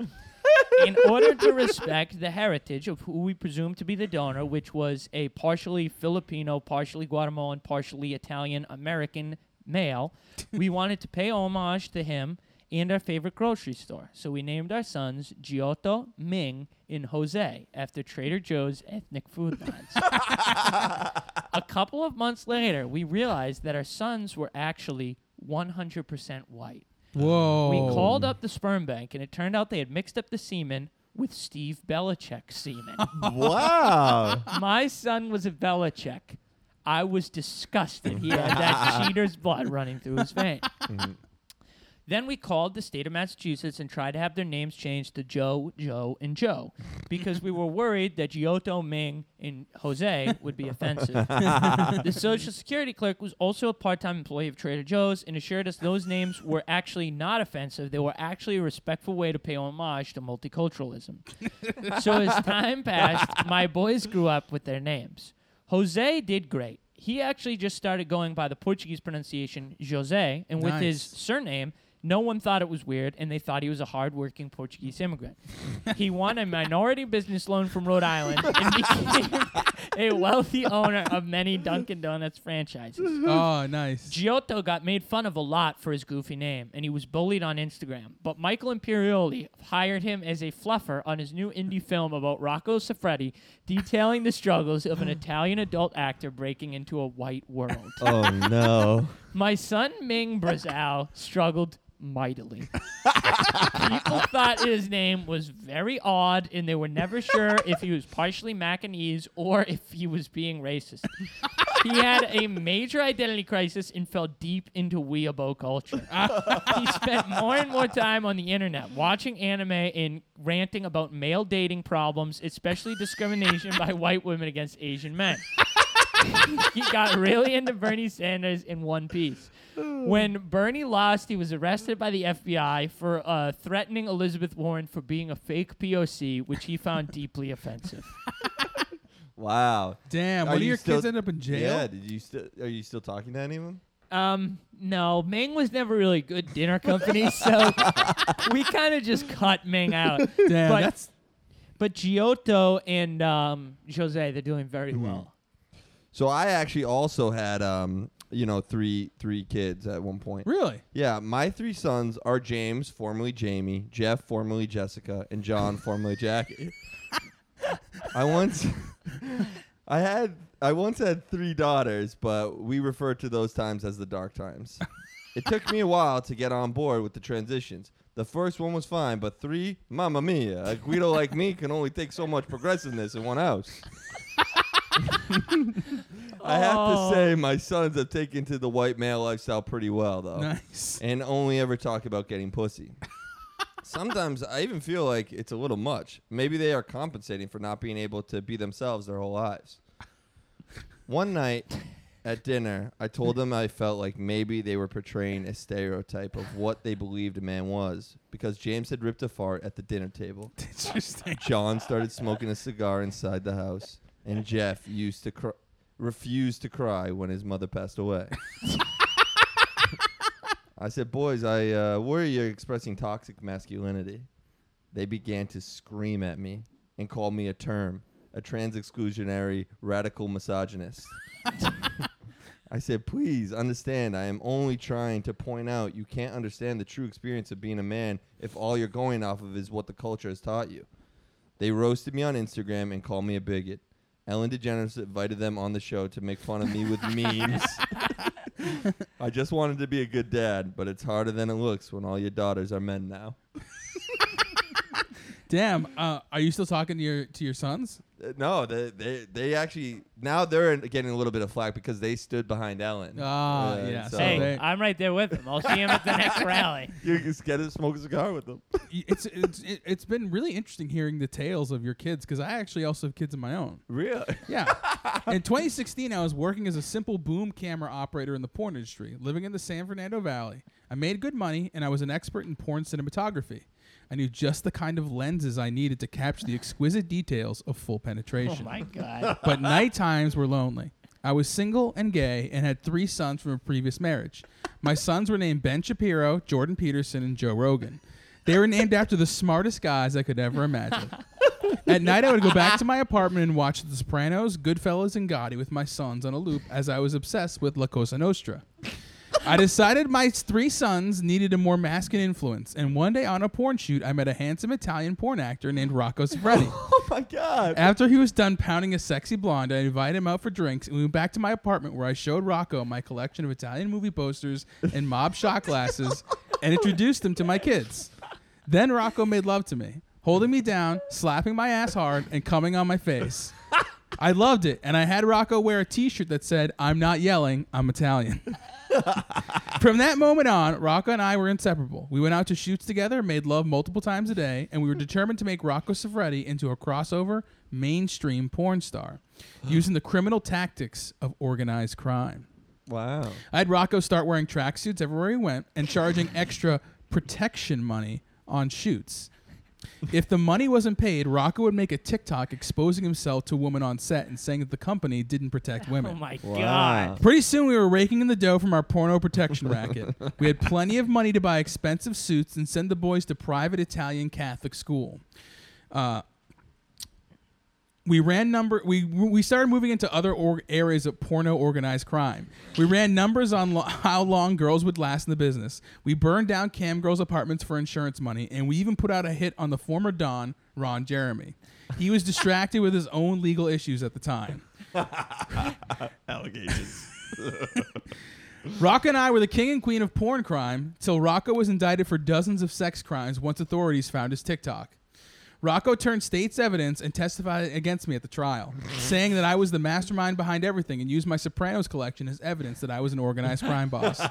Speaker 3: In order to respect the heritage of who we presume to be the donor, which was a partially Filipino, partially Guatemalan, partially Italian American male, we wanted to pay homage to him and our favorite grocery store. So we named our sons Giotto, Ming, and Jose after Trader Joe's ethnic food lines. A couple of months later, we realized that our sons were actually 100% white.
Speaker 1: Whoa.
Speaker 3: We called up the sperm bank, and it turned out they had mixed up the semen with Steve Belichick's semen.
Speaker 4: Wow.
Speaker 3: My son was a Belichick. I was disgusted. He had that cheater's blood running through his vein. Then we called the state of Massachusetts and tried to have their names changed to Joe, Joe, and Joe because we were worried that Giotto, Ming, and Jose would be offensive. the Social Security clerk was also a part time employee of Trader Joe's and assured us those names were actually not offensive. They were actually a respectful way to pay homage to multiculturalism. So as time passed, my boys grew up with their names. Jose did great. He actually just started going by the Portuguese pronunciation Jose, and with his
Speaker 1: Nice.
Speaker 3: surname, no one thought it was weird, and they thought he was a hardworking Portuguese immigrant. he won a minority business loan from Rhode Island and became a wealthy owner of many Dunkin' Donuts franchises.
Speaker 1: Oh, nice.
Speaker 3: Giotto got made fun of a lot for his goofy name, and he was bullied on Instagram. But Michael Imperioli hired him as a fluffer on his new indie film about Rocco Siffredi, detailing the struggles of an Italian adult actor breaking into a white world.
Speaker 4: Oh no.
Speaker 3: My son Ming Brazow struggled mightily. People thought his name was very odd, and they were never sure if he was partially Macanese or if he was being racist. He had a major identity crisis and fell deep into weeabo culture. he spent more and more time on the internet watching anime and ranting about male dating problems, especially discrimination by white women against Asian men he got really into Bernie Sanders in One Piece. When Bernie lost, he was arrested by the FBI for uh, threatening Elizabeth Warren for being a fake POC, which he found deeply offensive.
Speaker 4: Wow.
Speaker 1: Damn.
Speaker 4: Are
Speaker 1: What do
Speaker 4: you
Speaker 1: your
Speaker 4: still-
Speaker 1: kids end up in jail?
Speaker 4: Yeah. Did you still? Are you still talking to any of them?
Speaker 3: Um, no, Ming was never really good dinner company, so we kind of just cut Ming out.
Speaker 1: Damn.
Speaker 3: But-
Speaker 1: that's
Speaker 3: But Giotto and um, Jose, they're doing very well.
Speaker 4: So I actually also had um, you know, three three kids at one point.
Speaker 1: really.
Speaker 4: Yeah, my three sons are James, formerly Jamie, Jeff, formerly Jessica, and John, formerly Jackie. I once I had I once had three daughters, but we refer to those times as the dark times. it took me a while to get on board with the transitions. The first one was fine, but three, mamma mia, a Guido like me can only take so much progressiveness in one house. I have
Speaker 3: Oh.
Speaker 4: to say, my sons have taken to the white male lifestyle pretty well, though
Speaker 1: Nice.
Speaker 4: and only ever talk about getting pussy. Sometimes I even feel like it's a little much. Maybe they are compensating for not being able to be themselves their whole lives. One night at dinner, I told them I felt like maybe they were portraying a stereotype of what they believed a man was because James had ripped a fart at the dinner table.
Speaker 1: Interesting.
Speaker 4: John started smoking a cigar inside the house, and Jeff used to cr- refused to cry when his mother passed away. I said, "Boys, I uh, worry you're expressing toxic masculinity." They began to scream at me and call me a term, a trans exclusionary radical misogynist. I said, please understand, I am only trying to point out you can't understand the true experience of being a man if all you're going off of is what the culture has taught you. They roasted me on Instagram and called me a bigot. Ellen DeGeneres invited them on the show to make fun of me with memes. I just wanted to be a good dad, but it's harder than it looks when all your daughters are men now.
Speaker 1: Damn. Uh, are you still talking to your to your sons?
Speaker 4: Uh, no, they, they they actually now they're getting a little bit of flack because they stood behind Ellen.
Speaker 1: Ah,
Speaker 4: and
Speaker 1: yeah,
Speaker 4: So
Speaker 3: hey,
Speaker 1: they-
Speaker 3: I'm right there with him. I'll see him at the next rally.
Speaker 4: you just get to smoke a cigar with them.
Speaker 1: it's it's it- it's been really interesting hearing the tales of your kids because I actually also have kids of my own.
Speaker 4: Really?
Speaker 1: Yeah. in 2016, I was working as a simple boom camera operator in the porn industry, living in the San Fernando Valley. I made good money, and I was an expert in porn cinematography. I knew just the kind of lenses I needed to capture the exquisite details of full
Speaker 3: Oh
Speaker 1: penetration.
Speaker 3: my god.
Speaker 1: but night times were lonely. I was single and gay and had three sons from a previous marriage. My sons were named Ben Shapiro, Jordan Peterson, and Joe Rogan. They were named after the smartest guys I could ever imagine. At night, I would go back to my apartment and watch The Sopranos, Goodfellas, and Gotti with my sons on a loop as I was obsessed with La Cosa Nostra. I decided my three sons needed a more masculine influence, and one day on a porn shoot, I met a handsome Italian porn actor named Rocco Siffredi.
Speaker 4: oh my god!
Speaker 1: After he was done pounding a sexy blonde, I invited him out for drinks, and we went back to my apartment where I showed Rocco my collection of Italian movie posters and mob shot glasses and introduced him to my kids. Then Rocco made love to me, holding me down, slapping my ass hard, and coming on my face. I loved it, and I had Rocco wear a t shirt that said, I'm not yelling, I'm Italian. From that moment on, Rocco and I were inseparable. We went out to shoots together, made love multiple times a day, and we were determined to make Rocco Siffredi into a crossover mainstream porn star, using the criminal tactics of organized crime.
Speaker 4: Wow.
Speaker 1: I had Rocco start wearing tracksuits everywhere he went and charging extra protection money on shoots. If the money wasn't paid, Rocco would make a TikTok exposing himself to women on set and saying that the company didn't protect women.
Speaker 3: Oh my
Speaker 4: Wow.
Speaker 3: god.
Speaker 1: Pretty soon, we were raking in the dough from our porno protection racket. We had plenty of money to buy expensive suits and send the boys to private Italian Catholic school. Uh, we ran number. We we started moving into other org areas of porno organized crime. We ran numbers on lo- how long girls would last in the business. We burned down cam girls' apartments for insurance money, and we even put out a hit on the former don Ron Jeremy. He was distracted with his own legal issues at the time.
Speaker 4: Allegations.
Speaker 1: Rocco and I were the king and queen of porn crime till Rocco was indicted for dozens of sex crimes once authorities found his TikTok. Rocco turned state's evidence and testified against me at the trial, saying that I was the mastermind behind everything and used my Sopranos collection as evidence that I was an organized crime boss.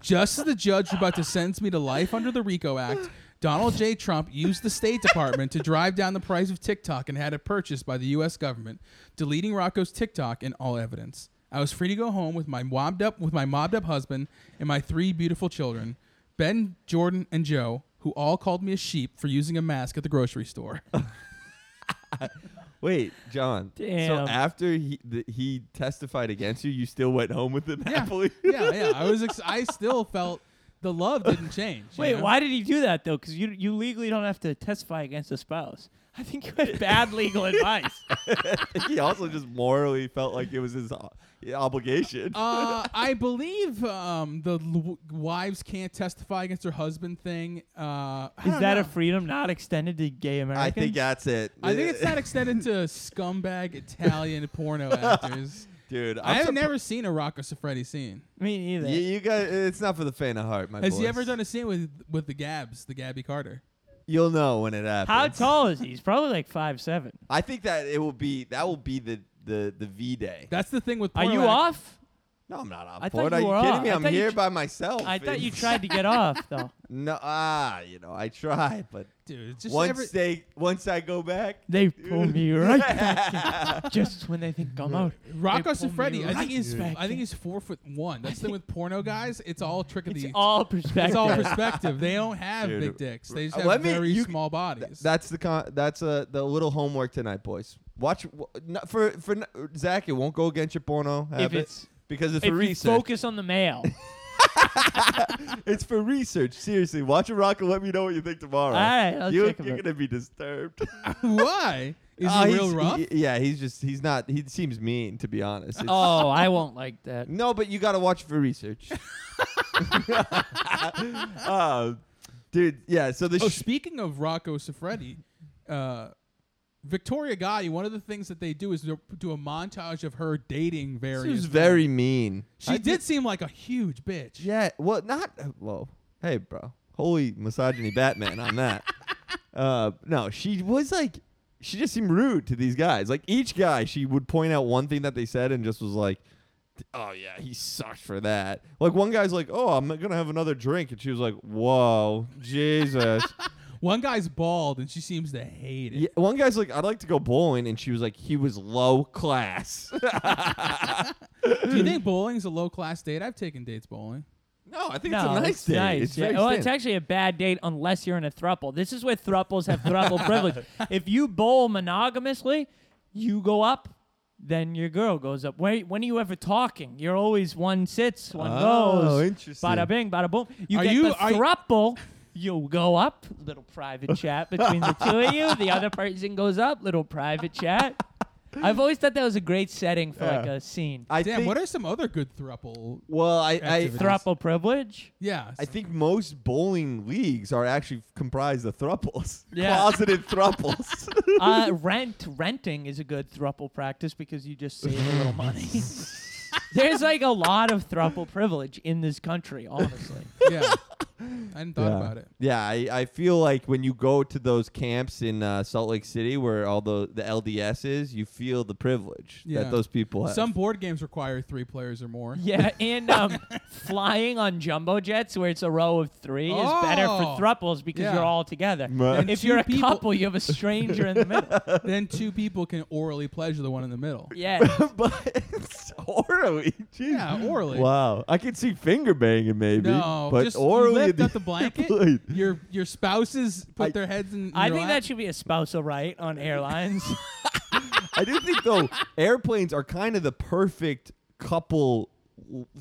Speaker 1: Just as the judge was about to sentence me to life under the RICO Act, Donald J. Trump used the State Department to drive down the price of TikTok and had it purchased by the U.S. government, deleting Rocco's TikTok and all evidence. I was free to go home with my mobbed up with my mobbed up husband and my three beautiful children, Ben, Jordan, and Joe, who all called me a sheep for using a mask at the grocery store.
Speaker 4: Wait, John.
Speaker 3: Damn.
Speaker 4: So after he th- he testified against you, you still went home with him
Speaker 1: yeah,
Speaker 4: happily.
Speaker 1: yeah, yeah. I was ex- I still felt the love didn't change. you
Speaker 3: Wait,
Speaker 1: know?
Speaker 3: why did he do that though? Because you you legally don't have to testify against a spouse. I think you had bad legal advice.
Speaker 4: he also just morally felt like it was his o- obligation.
Speaker 1: uh, I believe um, the l- wives can't testify against their husband thing. Uh, I
Speaker 3: Is
Speaker 1: don't
Speaker 3: that
Speaker 1: know.
Speaker 3: a freedom not extended to gay
Speaker 4: I
Speaker 3: Americans?
Speaker 4: think that's it.
Speaker 1: I think it's not extended to scumbag Italian porno actors.
Speaker 4: dude. I'm
Speaker 1: I have
Speaker 4: surpri-
Speaker 1: never seen a Rocco Siffredi scene.
Speaker 3: Me neither.
Speaker 4: You, you got. It's not for the faint of heart, my
Speaker 1: Has
Speaker 4: boys.
Speaker 1: he ever done a scene with with the Gabs, the Gabby Carter?
Speaker 4: You'll know when it happens.
Speaker 3: How tall is he? He's probably like five seven.
Speaker 4: I think that it will be. That will be the the the V day.
Speaker 1: That's the thing with.
Speaker 3: Are
Speaker 1: porno
Speaker 3: you
Speaker 1: act-
Speaker 3: off?
Speaker 4: No, I'm not off
Speaker 3: I
Speaker 4: for it.
Speaker 3: thought
Speaker 4: Are
Speaker 3: you
Speaker 4: you
Speaker 3: were
Speaker 4: kidding
Speaker 3: off.
Speaker 4: me?
Speaker 3: I
Speaker 4: I'm
Speaker 3: thought you
Speaker 4: here
Speaker 3: tr-
Speaker 4: by myself.
Speaker 3: I thought you
Speaker 4: It's-
Speaker 3: tried to get off though.
Speaker 4: No, ah, you know, I tried, but
Speaker 1: dude? it's Just
Speaker 4: once
Speaker 1: every-
Speaker 4: they once I go back,
Speaker 3: They pull me right back in just when they think I'm out.
Speaker 1: Rocco
Speaker 3: They pull me
Speaker 1: Siffredi. I
Speaker 3: right
Speaker 1: think he's.
Speaker 3: back
Speaker 1: I think
Speaker 3: in.
Speaker 1: he's four foot one. That's the thing with porno guys. It's all trick of
Speaker 3: It's
Speaker 1: the.
Speaker 3: all perspective.
Speaker 1: It's all perspective. They don't have
Speaker 4: Dude,
Speaker 1: big dicks. They just
Speaker 4: uh,
Speaker 1: have
Speaker 4: let me-
Speaker 1: very
Speaker 4: you-
Speaker 1: small bodies.
Speaker 4: that's the con- that's uh, the little homework tonight, boys. Watch w- no- for for n- Zach. It won't go against your porno habit
Speaker 3: it's-
Speaker 4: because it's
Speaker 3: if
Speaker 4: for
Speaker 3: you
Speaker 4: research.
Speaker 3: focus on the male,
Speaker 4: It's for research. Seriously, watch a rock and let me know what you think tomorrow.
Speaker 3: All right, I'll
Speaker 4: you,
Speaker 3: check 'em
Speaker 4: you're
Speaker 3: out.
Speaker 4: gonna be disturbed.
Speaker 1: Why is
Speaker 4: Oh,
Speaker 1: he
Speaker 4: he's-
Speaker 1: real rough?
Speaker 4: he- yeah, he's just he's not. He seems mean to be honest. It's-
Speaker 3: oh, I won't like that.
Speaker 4: No, but you got to watch for research. Um, dude, yeah. So the
Speaker 1: Oh,
Speaker 4: sh-
Speaker 1: speaking of Rocco Siffredi, uh, Victoria Gotti, one of the things that they do is they'll do a montage of her dating
Speaker 4: this
Speaker 1: various.
Speaker 4: was
Speaker 1: men.
Speaker 4: very mean.
Speaker 1: She
Speaker 4: I
Speaker 1: did, seem like a huge bitch.
Speaker 4: Yeah. Well, not. Well, hey, bro. Holy misogyny, Batman on that. Uh, no, Uh, she was like she just seemed rude to these guys. Like each guy, she would point out one thing that they said and just was like, "Oh yeah, he sucked for that." Like one guy's like, "Oh, I'm gonna have another drink," and she was like, "Whoa, Jesus."
Speaker 1: One guy's bald and she seems to hate it.
Speaker 4: Yeah, one guy's like, "I'd like to go bowling," and she was like, "He was low class."
Speaker 1: Do you think bowling's a low class date? I've taken dates bowling.
Speaker 4: no, I think
Speaker 3: No,
Speaker 4: it's a nice
Speaker 3: it's
Speaker 4: date.
Speaker 3: nice,
Speaker 4: It's
Speaker 3: yeah. Oh,
Speaker 4: very
Speaker 3: well, it's
Speaker 4: thin.
Speaker 3: actually a bad date unless you're in a thruple. This is where thruples have thruple privilege. If you bowl monogamously, you go up, then your girl goes up. When, when are you ever talking? You're always one sits, one
Speaker 4: Oh,
Speaker 3: goes.
Speaker 4: interesting.
Speaker 3: Bada bing, bada boom. You
Speaker 1: Are
Speaker 3: get
Speaker 1: you-
Speaker 3: the
Speaker 1: are you-
Speaker 3: thruple. You go up, little private chat between the two of you. The other person goes up, little private chat. I've always thought that was a great setting for like
Speaker 4: Yeah.
Speaker 3: a scene.
Speaker 4: I
Speaker 1: Damn,
Speaker 4: think,
Speaker 1: what are some other good thruple?
Speaker 4: well, I, I
Speaker 1: Activities.
Speaker 3: Thruple privilege.
Speaker 1: Yeah,
Speaker 4: I think most bowling leagues are actually comprised of thruples,
Speaker 3: Yeah.
Speaker 4: closeted thruples.
Speaker 3: uh, rent renting is a good thruple practice because you just save a little money. There's like a lot of thruple privilege in this country, honestly.
Speaker 1: yeah. I hadn't thought
Speaker 4: yeah.
Speaker 1: about it.
Speaker 4: Yeah, I, I feel like when you go to those camps in uh, Salt Lake City where all the, the LDS is, you feel the privilege
Speaker 1: Yeah.
Speaker 4: that those people have.
Speaker 1: Some board games require three players or more.
Speaker 3: Yeah, and um, flying on jumbo jets where it's a row of three is better
Speaker 1: Oh.
Speaker 3: for thruples because
Speaker 1: Yeah.
Speaker 3: you're all together.
Speaker 4: Right.
Speaker 1: And
Speaker 3: If
Speaker 1: two
Speaker 3: you're a
Speaker 1: people-
Speaker 3: couple, you have a stranger in the middle.
Speaker 1: then two people can orally pleasure the one in the middle.
Speaker 3: Yeah.
Speaker 4: but it's orally. Jeez.
Speaker 1: Yeah, orally.
Speaker 4: Wow, I could see finger banging maybe,
Speaker 1: No,
Speaker 4: but
Speaker 1: just you
Speaker 4: orally
Speaker 1: lift
Speaker 4: the-
Speaker 1: up the blanket.
Speaker 4: Right.
Speaker 1: Your your spouses put
Speaker 4: I-
Speaker 1: their heads in.
Speaker 3: I
Speaker 1: your
Speaker 3: think
Speaker 1: lap.
Speaker 3: that should be a spousal right on airlines.
Speaker 4: I do think though airplanes are kind of the perfect couple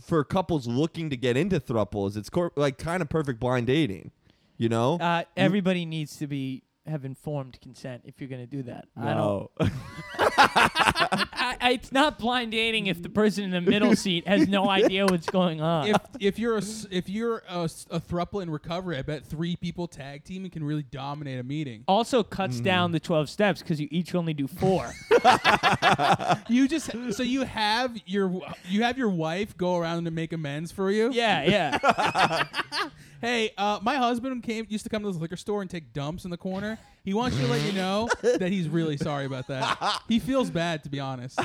Speaker 4: for couples looking to get into thruples. It's cor- like kind of perfect blind dating, you know?
Speaker 3: Uh, everybody needs to be have informed consent if you're going to do that. I don't
Speaker 4: No.
Speaker 3: I, I- it's not blind dating if the person in the middle seat has no idea what's going on.
Speaker 1: if if you're a s- if you're a, s- a thruple in recovery, I bet three people tag team and can really dominate a meeting.
Speaker 3: also
Speaker 4: Mm.
Speaker 3: cuts down the 12 steps because you each only do four.
Speaker 1: You just so you have your you have your wife go around and make amends for you.
Speaker 3: yeah, yeah.
Speaker 1: Hey, uh, my husband came used to come to this liquor store and take dumps in the corner. He wants you to let you know that he's really sorry about that. He feels bad, to be honest.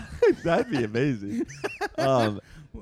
Speaker 4: That'd be amazing. um,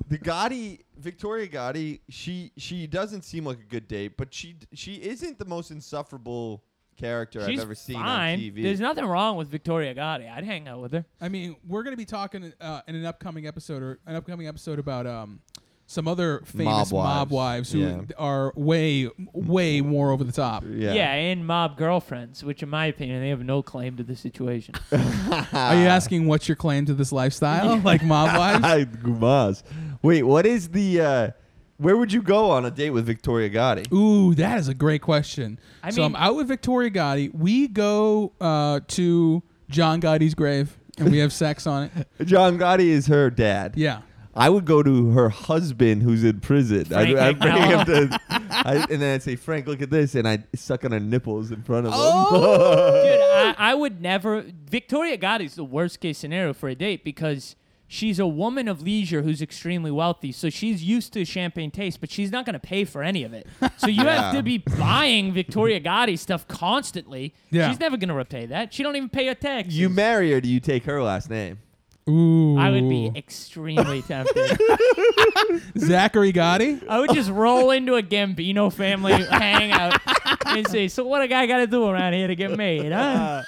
Speaker 4: the Gotti, Victoria Gotti, she she doesn't seem like a good date, but she she isn't the most insufferable character
Speaker 3: She's
Speaker 4: I've ever seen
Speaker 3: fine.
Speaker 4: on TV.
Speaker 3: There's nothing wrong with Victoria Gotti. I'd hang out with her.
Speaker 1: I mean, we're gonna be talking uh, in an upcoming episode or an upcoming episode about um, some other famous mob
Speaker 4: Mob
Speaker 1: wives,
Speaker 4: wives.
Speaker 1: who
Speaker 4: Yeah.
Speaker 1: are way, way more over the top.
Speaker 4: yeah.
Speaker 3: and mob girlfriends, which in my opinion, they have no claim to the situation.
Speaker 1: Are
Speaker 4: Ah.
Speaker 1: you asking what's your claim to this lifestyle, like mob wives?
Speaker 4: Gumas. Wait, what is the? Uh, where would you go on a date with Victoria Gotti?
Speaker 1: Ooh, that is a great question.
Speaker 3: I
Speaker 1: so
Speaker 3: mean-
Speaker 1: I'm out with Victoria Gotti. We go uh, to John Gotti's grave and we have sex on it.
Speaker 4: John Gotti is her dad.
Speaker 1: Yeah.
Speaker 4: I would go to her husband who's in prison. I'd,
Speaker 3: Frank
Speaker 4: I'd bring him
Speaker 3: McDowell.
Speaker 4: to, I, and then I'd say, Frank, look at this, and I'd suck on her nipples in front of
Speaker 1: Oh,
Speaker 4: Oh! him.
Speaker 3: Dude, I, I would never. Victoria Gotti's the worst case scenario for a date because she's a woman of leisure who's extremely wealthy. So she's used to champagne taste, but she's not going to pay for any of it. So you have
Speaker 4: Yeah.
Speaker 3: to be buying Victoria Gotti stuff constantly.
Speaker 1: Yeah.
Speaker 3: She's never going to repay that. She don't even pay her taxes.
Speaker 4: you marry her? Do you take her last name?
Speaker 1: Ooh.
Speaker 3: I would be extremely tempted.
Speaker 1: Zachary Gotti.
Speaker 3: I would just roll into a Gambino family hangout and say, "So what a guy got to do around here to get made, huh?"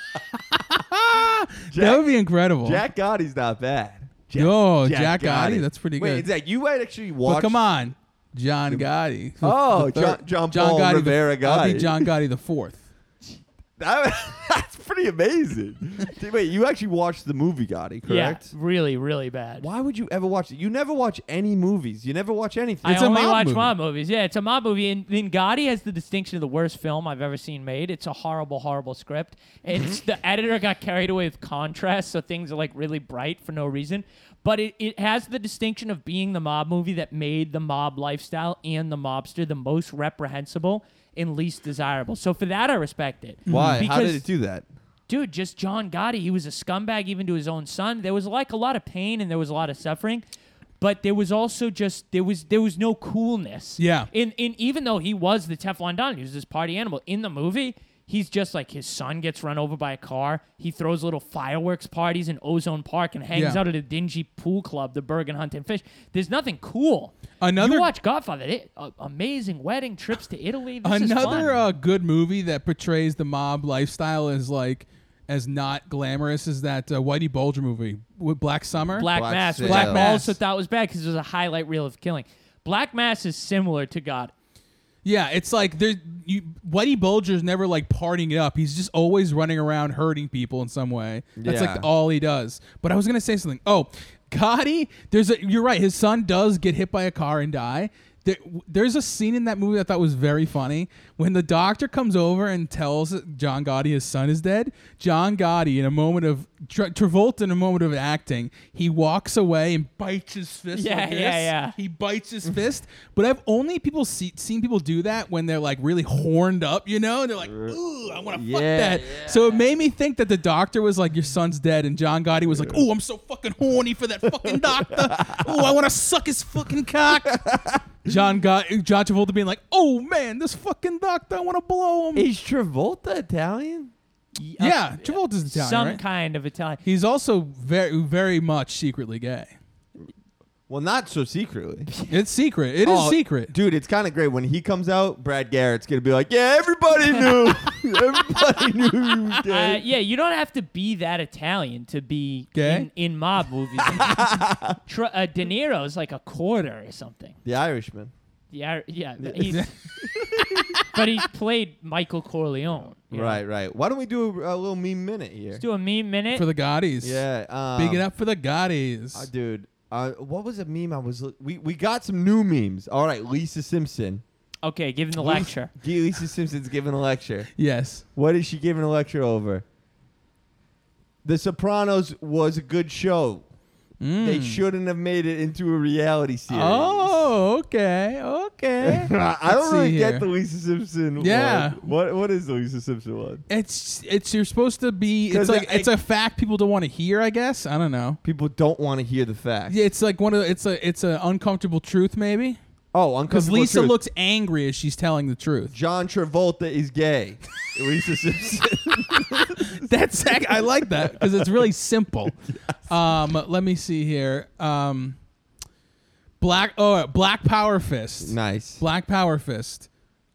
Speaker 1: that
Speaker 4: Jack,
Speaker 1: would be incredible.
Speaker 4: Jack Gotti's not bad. Jack,
Speaker 1: Yo, Jack, Gotti. That's pretty good.
Speaker 4: Wait, Zach, you might actually watch.
Speaker 1: But come on, John Gotti. the-
Speaker 4: Oh,
Speaker 1: the
Speaker 4: John-
Speaker 1: third-
Speaker 4: John Paul
Speaker 1: the-
Speaker 4: Rivera
Speaker 1: I'll be
Speaker 4: Gotti.
Speaker 1: John Gotti the fourth.
Speaker 4: That- that's pretty amazing. Dude, Wait, you actually watched the movie Gotti, Uh, correct?
Speaker 3: Yeah, really, really bad.
Speaker 4: Why would you ever watch it? You never watch any movies. You never watch anything.
Speaker 3: I
Speaker 1: It's a
Speaker 3: only
Speaker 1: mob
Speaker 3: watch
Speaker 1: movie.
Speaker 3: mob movies. Yeah, it's a mob movie, and then Gotti has the distinction of the worst film I've ever seen made. It's a horrible, horrible script. It's
Speaker 4: Mm-hmm.
Speaker 3: the editor got carried away with contrast, so things are like really bright for no reason. But it, it has the distinction of being the mob movie that made the mob lifestyle and the mobster the most reprehensible and least desirable. So for that, I respect it.
Speaker 4: Why? How
Speaker 3: Because-
Speaker 4: did it do that?
Speaker 3: dude, just John Gotti. He was a scumbag even to his own son. There was like a lot of pain and there was a lot of suffering, but there was also just there was there was no coolness.
Speaker 1: Yeah.
Speaker 3: And and even though he was the Teflon Don, he was this party animal in the movie. He's just like his son gets run over by a car. He throws little fireworks parties in Ozone Park and hangs
Speaker 1: Yeah.
Speaker 3: out at a dingy pool club, the Bergen Hunt and Fish. There's nothing cool.
Speaker 1: Another-
Speaker 3: you watch Godfather. It, uh, amazing wedding trips to Italy. This is fun.
Speaker 1: Another uh, good movie that portrays the mob lifestyle as like as not glamorous as that uh, Whitey Bulger movie with Black Summer.
Speaker 3: Black,
Speaker 4: Black
Speaker 3: Mass, which
Speaker 4: Black
Speaker 3: I
Speaker 1: Mass.
Speaker 3: also thought was bad because it was a highlight reel of killing. Black Mass is similar to God.
Speaker 1: Yeah, it's like there. You, Whitey Bulger's never like partying it up. He's just always running around hurting people in some way. That's
Speaker 4: Yeah.
Speaker 1: like all he does. But I was gonna say something. Oh, Gotti, there's a. You're right. His son does get hit by a car and die. There, there's a scene in that movie that I thought was very funny when the doctor comes over and tells John Gotti his son is dead. John Gotti, in a moment of Tra- Travolta, in a moment of acting, he walks away and bites his fist.
Speaker 3: Yeah,
Speaker 1: like this.
Speaker 3: yeah, yeah.
Speaker 1: He bites his
Speaker 4: Mm-hmm.
Speaker 1: fist. But I've only people see, seen people do that when they're like really horned up, you know, and they're like, ooh, I want to fuck
Speaker 4: Yeah,
Speaker 1: that. So it made me think that the doctor was like, your son's dead, and John Gotti was like, ooh, I'm so fucking horny for that fucking doctor. ooh, I want to suck his fucking cock. John got John Travolta being like, "Oh man, this fucking doctor, I want to blow him."
Speaker 4: Is Travolta Italian?
Speaker 3: Y- uh,
Speaker 1: yeah, Travolta's Italian,
Speaker 3: some
Speaker 1: right?
Speaker 3: kind of Italian.
Speaker 1: He's also very, very much secretly gay.
Speaker 4: Well, not so secretly.
Speaker 1: It's secret. It is
Speaker 4: Oh,
Speaker 1: secret.
Speaker 4: Dude, it's kind of great. When he comes out, Brad Garrett's going to be like, yeah, everybody knew. everybody knew he was
Speaker 3: Uh,
Speaker 4: gay.
Speaker 3: yeah, you don't have to be that Italian to be
Speaker 1: Gay?
Speaker 3: in, in mob movies. Tra- uh, De Niro is like a quarter or something.
Speaker 4: the Irishman.
Speaker 3: Yeah, yeah. but He's, but he's played Michael Corleone. you know.
Speaker 4: Right, right. Why don't we do a, a little meme minute here?
Speaker 3: Let's do a meme minute.
Speaker 1: for the Gottis.
Speaker 4: yeah. Um,
Speaker 1: Big it up for the Gottis.
Speaker 4: uh, dude, uh, what was a meme I was. Look- we, we got some new memes. All right, Lisa Simpson.
Speaker 3: okay, give him the lecture.
Speaker 4: Gee, Lisa Simpson's giving a lecture.
Speaker 1: yes.
Speaker 4: What is she giving a lecture over? The Sopranos was a good show.
Speaker 1: Mm.
Speaker 4: They shouldn't have made it into a reality series.
Speaker 1: Hmm. Oh, okay, okay. Let's
Speaker 4: I don't really
Speaker 1: see
Speaker 4: get
Speaker 1: here.
Speaker 4: the Lisa Simpson.
Speaker 1: Yeah.
Speaker 4: One. What What is the Lisa Simpson one?
Speaker 1: It's it's you're supposed to be.
Speaker 4: 'Cause
Speaker 1: It's like
Speaker 4: I-
Speaker 1: it's a fact people don't want to hear. I guess I don't know.
Speaker 4: People don't want to hear the fact.
Speaker 1: Yeah, it's like one of the, it's a it's an uncomfortable truth maybe
Speaker 4: Oh,
Speaker 1: because
Speaker 4: uncomfortable.
Speaker 1: Lisa
Speaker 4: truth.
Speaker 1: looks angry as she's telling the truth.
Speaker 4: John Travolta is gay. Lisa Simpson.
Speaker 1: That's ac- I like that because it's really simple. Um, let me see here. Um, black oh black power fist.
Speaker 4: nice.
Speaker 1: Black power fist.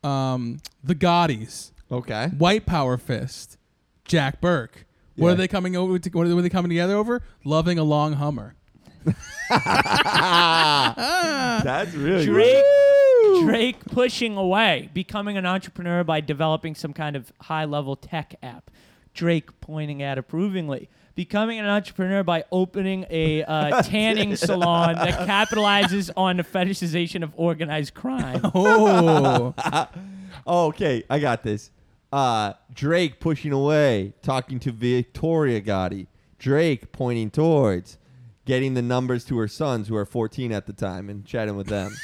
Speaker 1: Um, the Gotties.
Speaker 4: Okay.
Speaker 1: White Power Fist, Jack Burke. What
Speaker 4: Yeah.
Speaker 1: are they coming over to? What are they coming together over? Loving a long Hummer. Uh,
Speaker 4: That's really
Speaker 3: Drake,
Speaker 4: good.
Speaker 3: Drake pushing away, becoming an entrepreneur by developing some kind of high level tech app. Drake pointing at approvingly. Becoming an entrepreneur by opening a uh, tanning salon that capitalizes on the fetishization of organized crime.
Speaker 1: Oh,
Speaker 4: Oh, Okay, I got this. Uh, Drake pushing away, talking to Victoria Gotti. Drake pointing towards, getting the numbers to her sons, who are 14 at the time, and chatting with them.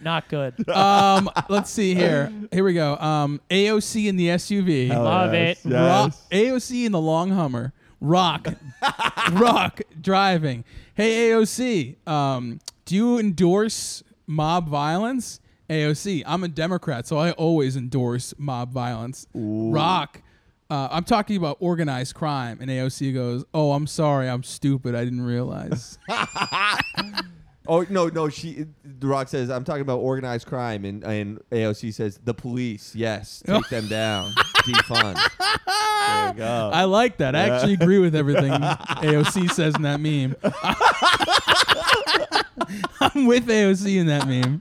Speaker 3: Not good.
Speaker 1: um, let's see here. Here we go. Um, AOC in the SUV.
Speaker 3: Love it.
Speaker 1: Rock, AOC in the long Hummer. Rock, rock driving. Hey AOC, um, do you endorse mob violence? AOC, I'm a Democrat, so I always endorse mob violence. Rock, uh, I'm talking about organized crime, and AOC goes, "Oh, I'm sorry, I'm stupid, I didn't realize."
Speaker 4: Oh no, no. She, The Rock says, "I'm talking about organized crime," and and AOC says, "The police, yes, take them down, defund." There you go.
Speaker 1: I like that. I actually agree with everything AOC says in that meme. I'm with AOC in that meme.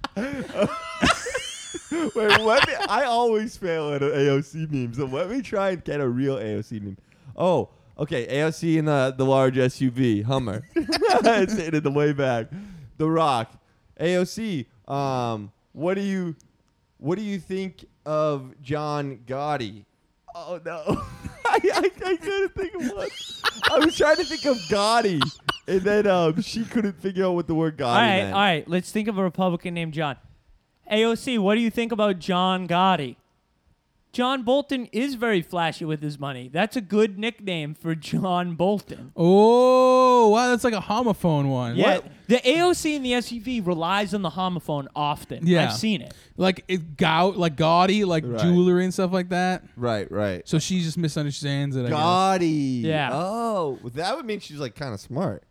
Speaker 4: Wait, let me, I always fail at uh, AOC memes, so let me try and get a real AOC meme. Oh, okay, AOC in the, the large SUV, Hummer. it's in the way back. The Rock, AOC. Um, what do you, what do you think of John Gotti? Oh no, I, I, I couldn't think of one. I was trying to think of Gotti, and then um, she couldn't figure out what the word Gotti
Speaker 3: all right,
Speaker 4: meant.
Speaker 3: all right. Let's think of a Republican named John. AOC, what do you think about John Gotti? John Bolton is very flashy with his money. That's a good nickname for John Bolton.
Speaker 1: Oh, Oh, wow, that's like a homophone one.
Speaker 3: Yeah, the AOC and the SUV relies on the homophone often.
Speaker 1: Yeah.
Speaker 3: I've seen it.
Speaker 1: Like it gout, like gaudy, like
Speaker 4: Right.
Speaker 1: jewelry and stuff like that.
Speaker 4: Right, right.
Speaker 1: So she just misunderstands it. I guess.
Speaker 4: Gaudy.
Speaker 3: Yeah.
Speaker 4: Oh, that would mean she's like kind of smart.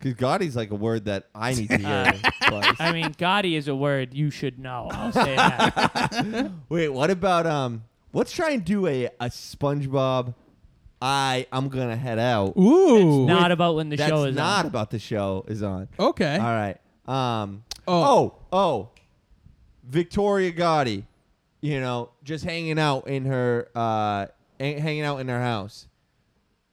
Speaker 4: Because Gaudi's like a word that I need to hear. twice.
Speaker 3: I mean, Gotti is a word you should know. I'll say that.
Speaker 4: Wait, what about um? Let's try and do a a SpongeBob. I I'm gonna head out.
Speaker 1: Ooh.
Speaker 3: Not about when the
Speaker 4: That's
Speaker 3: show is
Speaker 4: not
Speaker 3: on.
Speaker 4: about the show is on.
Speaker 1: okay.
Speaker 4: All right. Um.
Speaker 1: Eh? Oh.
Speaker 4: Oh. oh. Victoria Gotti, you know, just hanging out in her uh, hang- hanging out in her house.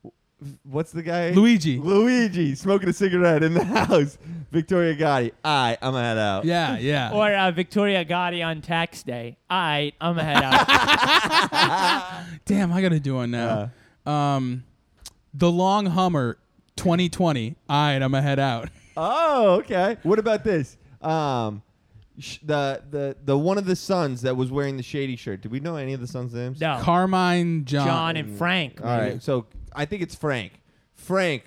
Speaker 4: W- What's the guy?
Speaker 1: Luigi.
Speaker 4: Luigi smoking a cigarette in the house. Victoria Gotti. I I'm gonna head out.
Speaker 1: Yeah, yeah.
Speaker 3: Or uh, Victoria Gotti on tax day. All right, I'm gonna head out.
Speaker 1: Damn, I gotta do one now. Um, the Long Hummer, 2020. All right, I'm gonna head out.
Speaker 4: Oh, okay. What about this? Um, sh- the the the one of the sons that was wearing the shady shirt. Did we know any of the sons' names?
Speaker 3: No,
Speaker 1: Carmine John.
Speaker 3: John and Frank.
Speaker 4: All right. So I think it's Frank. Frank,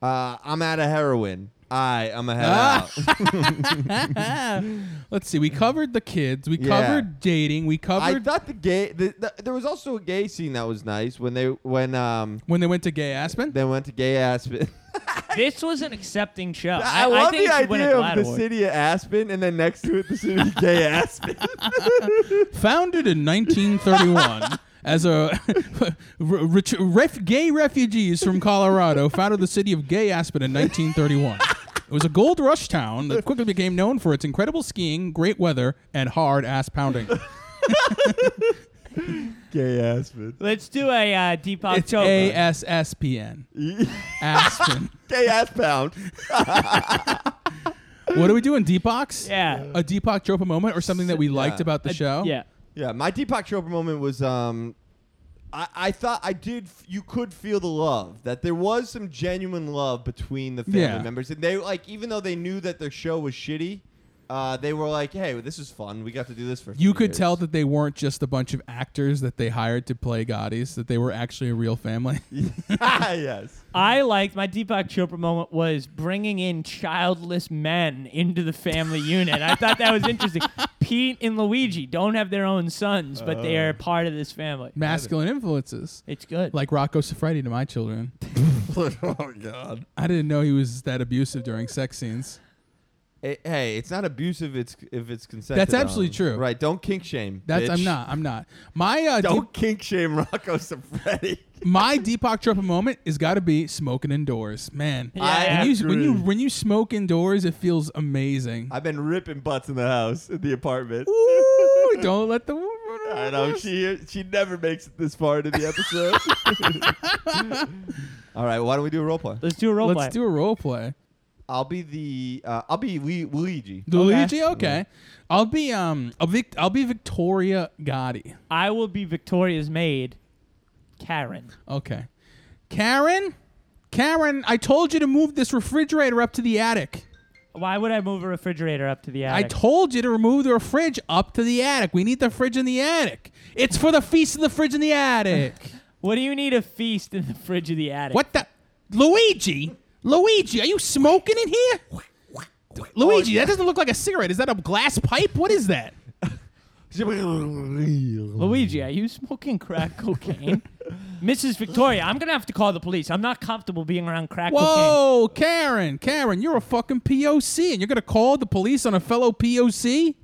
Speaker 4: uh, I'm out of heroin. I I'm a head out.
Speaker 1: Let's see. We covered the kids. We
Speaker 4: Yeah.
Speaker 1: covered dating. We
Speaker 4: I
Speaker 1: covered
Speaker 4: thought the gay. The, the, there was also a gay scene that was nice when they when um
Speaker 1: when they went to Gay Aspen.
Speaker 4: they went to gay Aspen.
Speaker 3: This was an accepting show.
Speaker 4: I, love
Speaker 3: think
Speaker 4: the
Speaker 3: she went a
Speaker 4: idea of
Speaker 3: Glad
Speaker 4: the
Speaker 3: Award.
Speaker 4: city of Aspen and then next to it the city of gay Aspen.
Speaker 1: Founded in 1931 as a re- rich- ref- gay refugees from Colorado, founded the city of Gay Aspen in 1931. It was a gold rush town that quickly became known for its incredible skiing, great weather, and hard ass pounding.
Speaker 4: gay Aspen.
Speaker 3: Let's do a uh, Deepak
Speaker 1: It's
Speaker 3: Chopra.
Speaker 1: A S S P N. Aspen.
Speaker 4: Gay ass pound.
Speaker 1: What are we doing? Deepox?
Speaker 3: yeah.
Speaker 1: A Deepak Chopra moment or something that we liked about the show?
Speaker 3: Yeah.
Speaker 4: Yeah, my Deepak Chopra moment was um, I, I thought I did. f- You could feel the love that there was some genuine love between the family
Speaker 1: Yeah.
Speaker 4: members, and they like even though they knew that their show was shitty, uh, they were like, "Hey, this is fun. We got to do this for." a
Speaker 1: You
Speaker 4: few
Speaker 1: could
Speaker 4: years."
Speaker 1: tell that they weren't just a bunch of actors that they hired to play Gaudis, that they were actually a real family.
Speaker 4: yes.
Speaker 3: I liked my Deepak Chopra moment was bringing in childless men into the family unit. I thought that was interesting. Pete and Luigi don't have their own sons, but they are part of this family.
Speaker 1: Masculine influences.
Speaker 3: It's good.
Speaker 1: Uh. Like Rocco Siffredi to my children.
Speaker 4: oh my god.
Speaker 1: I didn't know he was that abusive during sex scenes.
Speaker 4: hey, it's not abusive. It's if it's consented.
Speaker 1: That's absolutely
Speaker 4: on.
Speaker 1: true.
Speaker 4: Right? Don't kink shame.
Speaker 1: That's I'm
Speaker 4: bitch.
Speaker 1: not. I'm not. My uh,
Speaker 4: Don't kink shame Rocco Siffredi.
Speaker 1: Deep- my Deepak Chopra moment is got to be smoking indoors, man.
Speaker 3: Yeah.
Speaker 4: I
Speaker 1: When you, when you
Speaker 4: agree.
Speaker 1: when you smoke indoors, it feels amazing.
Speaker 4: I've been ripping butts in the house, in the apartment.
Speaker 1: Ooh, don't let the
Speaker 4: I know she she never makes it this far into the episode. All right, why don't we do a role play?
Speaker 3: Let's do a role
Speaker 1: Let's
Speaker 3: play.
Speaker 1: do a role play.
Speaker 4: I'll be the uh, I'll be Lu- Luigi.
Speaker 1: Luigi, okay. I'll be um a Vic- I'll be Victoria Gotti.
Speaker 3: I will be Victoria's maid, Karen.
Speaker 1: Okay. Karen? Karen, I told you to move this refrigerator up to the attic.
Speaker 3: Why would I move a refrigerator up to the
Speaker 1: I
Speaker 3: attic?
Speaker 1: told you to remove the fridge up to the attic. We need the fridge in the attic. It's for the feast of the fridge in the attic.
Speaker 3: what do you need a feast in the fridge of the attic?
Speaker 1: what the Luigi? Luigi, are you smoking in here? Luigi, that doesn't look like a cigarette. Is that a glass pipe? What is that?
Speaker 3: Luigi, are you smoking crack cocaine? Mrs. Victoria, I'm gonna have to call the police. I'm not comfortable being around crack cocaine.
Speaker 1: Whoa, Karen, Karen, you're a fucking POC and you're going to call the police on a fellow POC?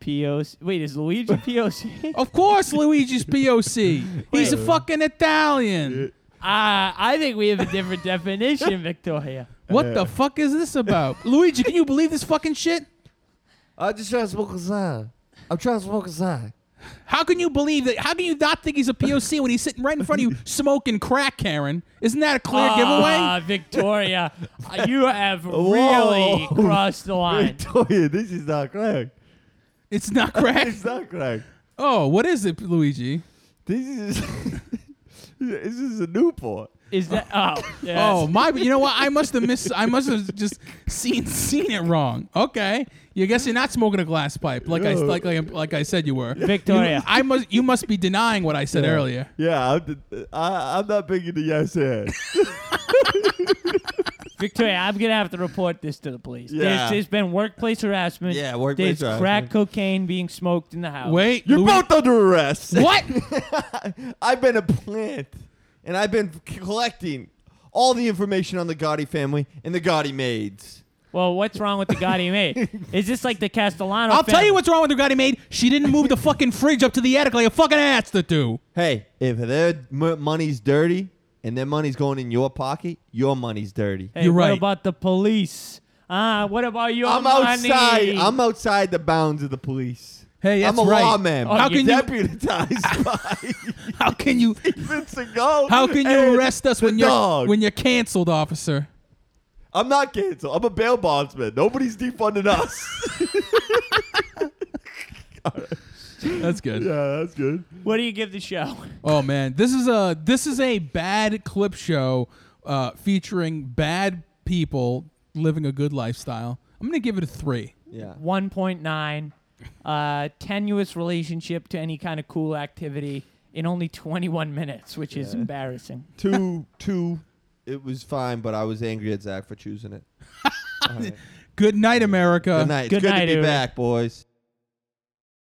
Speaker 3: POC. Wait, is Luigi POC?
Speaker 1: Of course, Luigi's POC. He's a fucking Italian.
Speaker 3: Ah, I think we have a different definition, Victoria.
Speaker 1: What the fuck is this about? Luigi, can you believe this fucking shit?
Speaker 4: I'm just trying to smoke a sign. I'm trying to smoke a sign.
Speaker 1: How can you believe that? How can you not think he's a POC when he's sitting right in front of you smoking crack, Karen? Isn't that a clear
Speaker 3: Ah,
Speaker 1: giveaway?
Speaker 3: Victoria, you have really
Speaker 4: Whoa.
Speaker 3: crossed the line.
Speaker 4: Victoria, this is not correct.
Speaker 1: It's not crack.
Speaker 4: It's not correct.
Speaker 1: Oh, what is it, Luigi?
Speaker 4: This is this is a Newport.
Speaker 3: Is that? Oh, yeah.
Speaker 1: Oh my! You know what? I must have missed. I must have just seen seen it wrong. Okay, you guess you're not smoking a glass pipe, like I
Speaker 4: No.
Speaker 1: like I, like I said you were.
Speaker 3: Victoria.
Speaker 1: I must. You must be denying what I said earlier.
Speaker 4: Yeah, I'm, the, I, I'm not big into yes and.
Speaker 3: Victoria, I'm gonna have to report this to the police.
Speaker 4: Yeah.
Speaker 3: There's, there's been workplace harassment.
Speaker 4: Yeah, workplace
Speaker 3: There's crack cocaine being smoked in the house.
Speaker 1: Wait,
Speaker 4: You're
Speaker 1: Louis-
Speaker 4: both under arrest.
Speaker 1: What?
Speaker 4: I've been a plant, and I've been c- collecting all the information on the Gotti family and the Gotti maids.
Speaker 3: Well, what's wrong with the Gotti maid? Is this like the Castellano?
Speaker 1: I'll tell
Speaker 3: family?
Speaker 1: you what's wrong with the Bugatti maid. She didn't move the fucking fridge up to the attic like a fucking ass to do.
Speaker 4: Hey, if their m- money's dirty and their money's going in your pocket, your money's dirty.
Speaker 3: Hey,
Speaker 1: You're right.
Speaker 3: What about the police? Ah, what about your
Speaker 4: I'm
Speaker 3: money?
Speaker 4: outside. I'm outside the bounds of the police.
Speaker 1: Hey, that's
Speaker 4: I'm a
Speaker 1: right.
Speaker 4: lawman.
Speaker 3: Oh, How you- can you-
Speaker 4: deputized by
Speaker 1: How can you?
Speaker 4: Vincent Gold
Speaker 1: How can
Speaker 4: and
Speaker 1: you arrest us
Speaker 4: the
Speaker 1: when you're
Speaker 4: dog.
Speaker 1: when you're canceled, officer?
Speaker 4: I'm not canceled. I'm a bail bondsman. Nobody's defunding us.
Speaker 1: That's good.
Speaker 4: yeah, that's good.
Speaker 3: What do you give the show?
Speaker 1: Oh man, this is a this is a bad clip show uh, featuring bad people living a good lifestyle. I'm gonna give it a three.
Speaker 4: Yeah.
Speaker 3: 1.9. Uh, tenuous relationship to any kind of cool activity in only 21 minutes, which is embarrassing.
Speaker 4: two two it was fine but i was angry at zach for choosing it
Speaker 1: Good night, America.
Speaker 4: good night
Speaker 3: good
Speaker 1: Uh,
Speaker 4: it's good
Speaker 3: night,
Speaker 4: to be
Speaker 3: everybody.
Speaker 4: back boys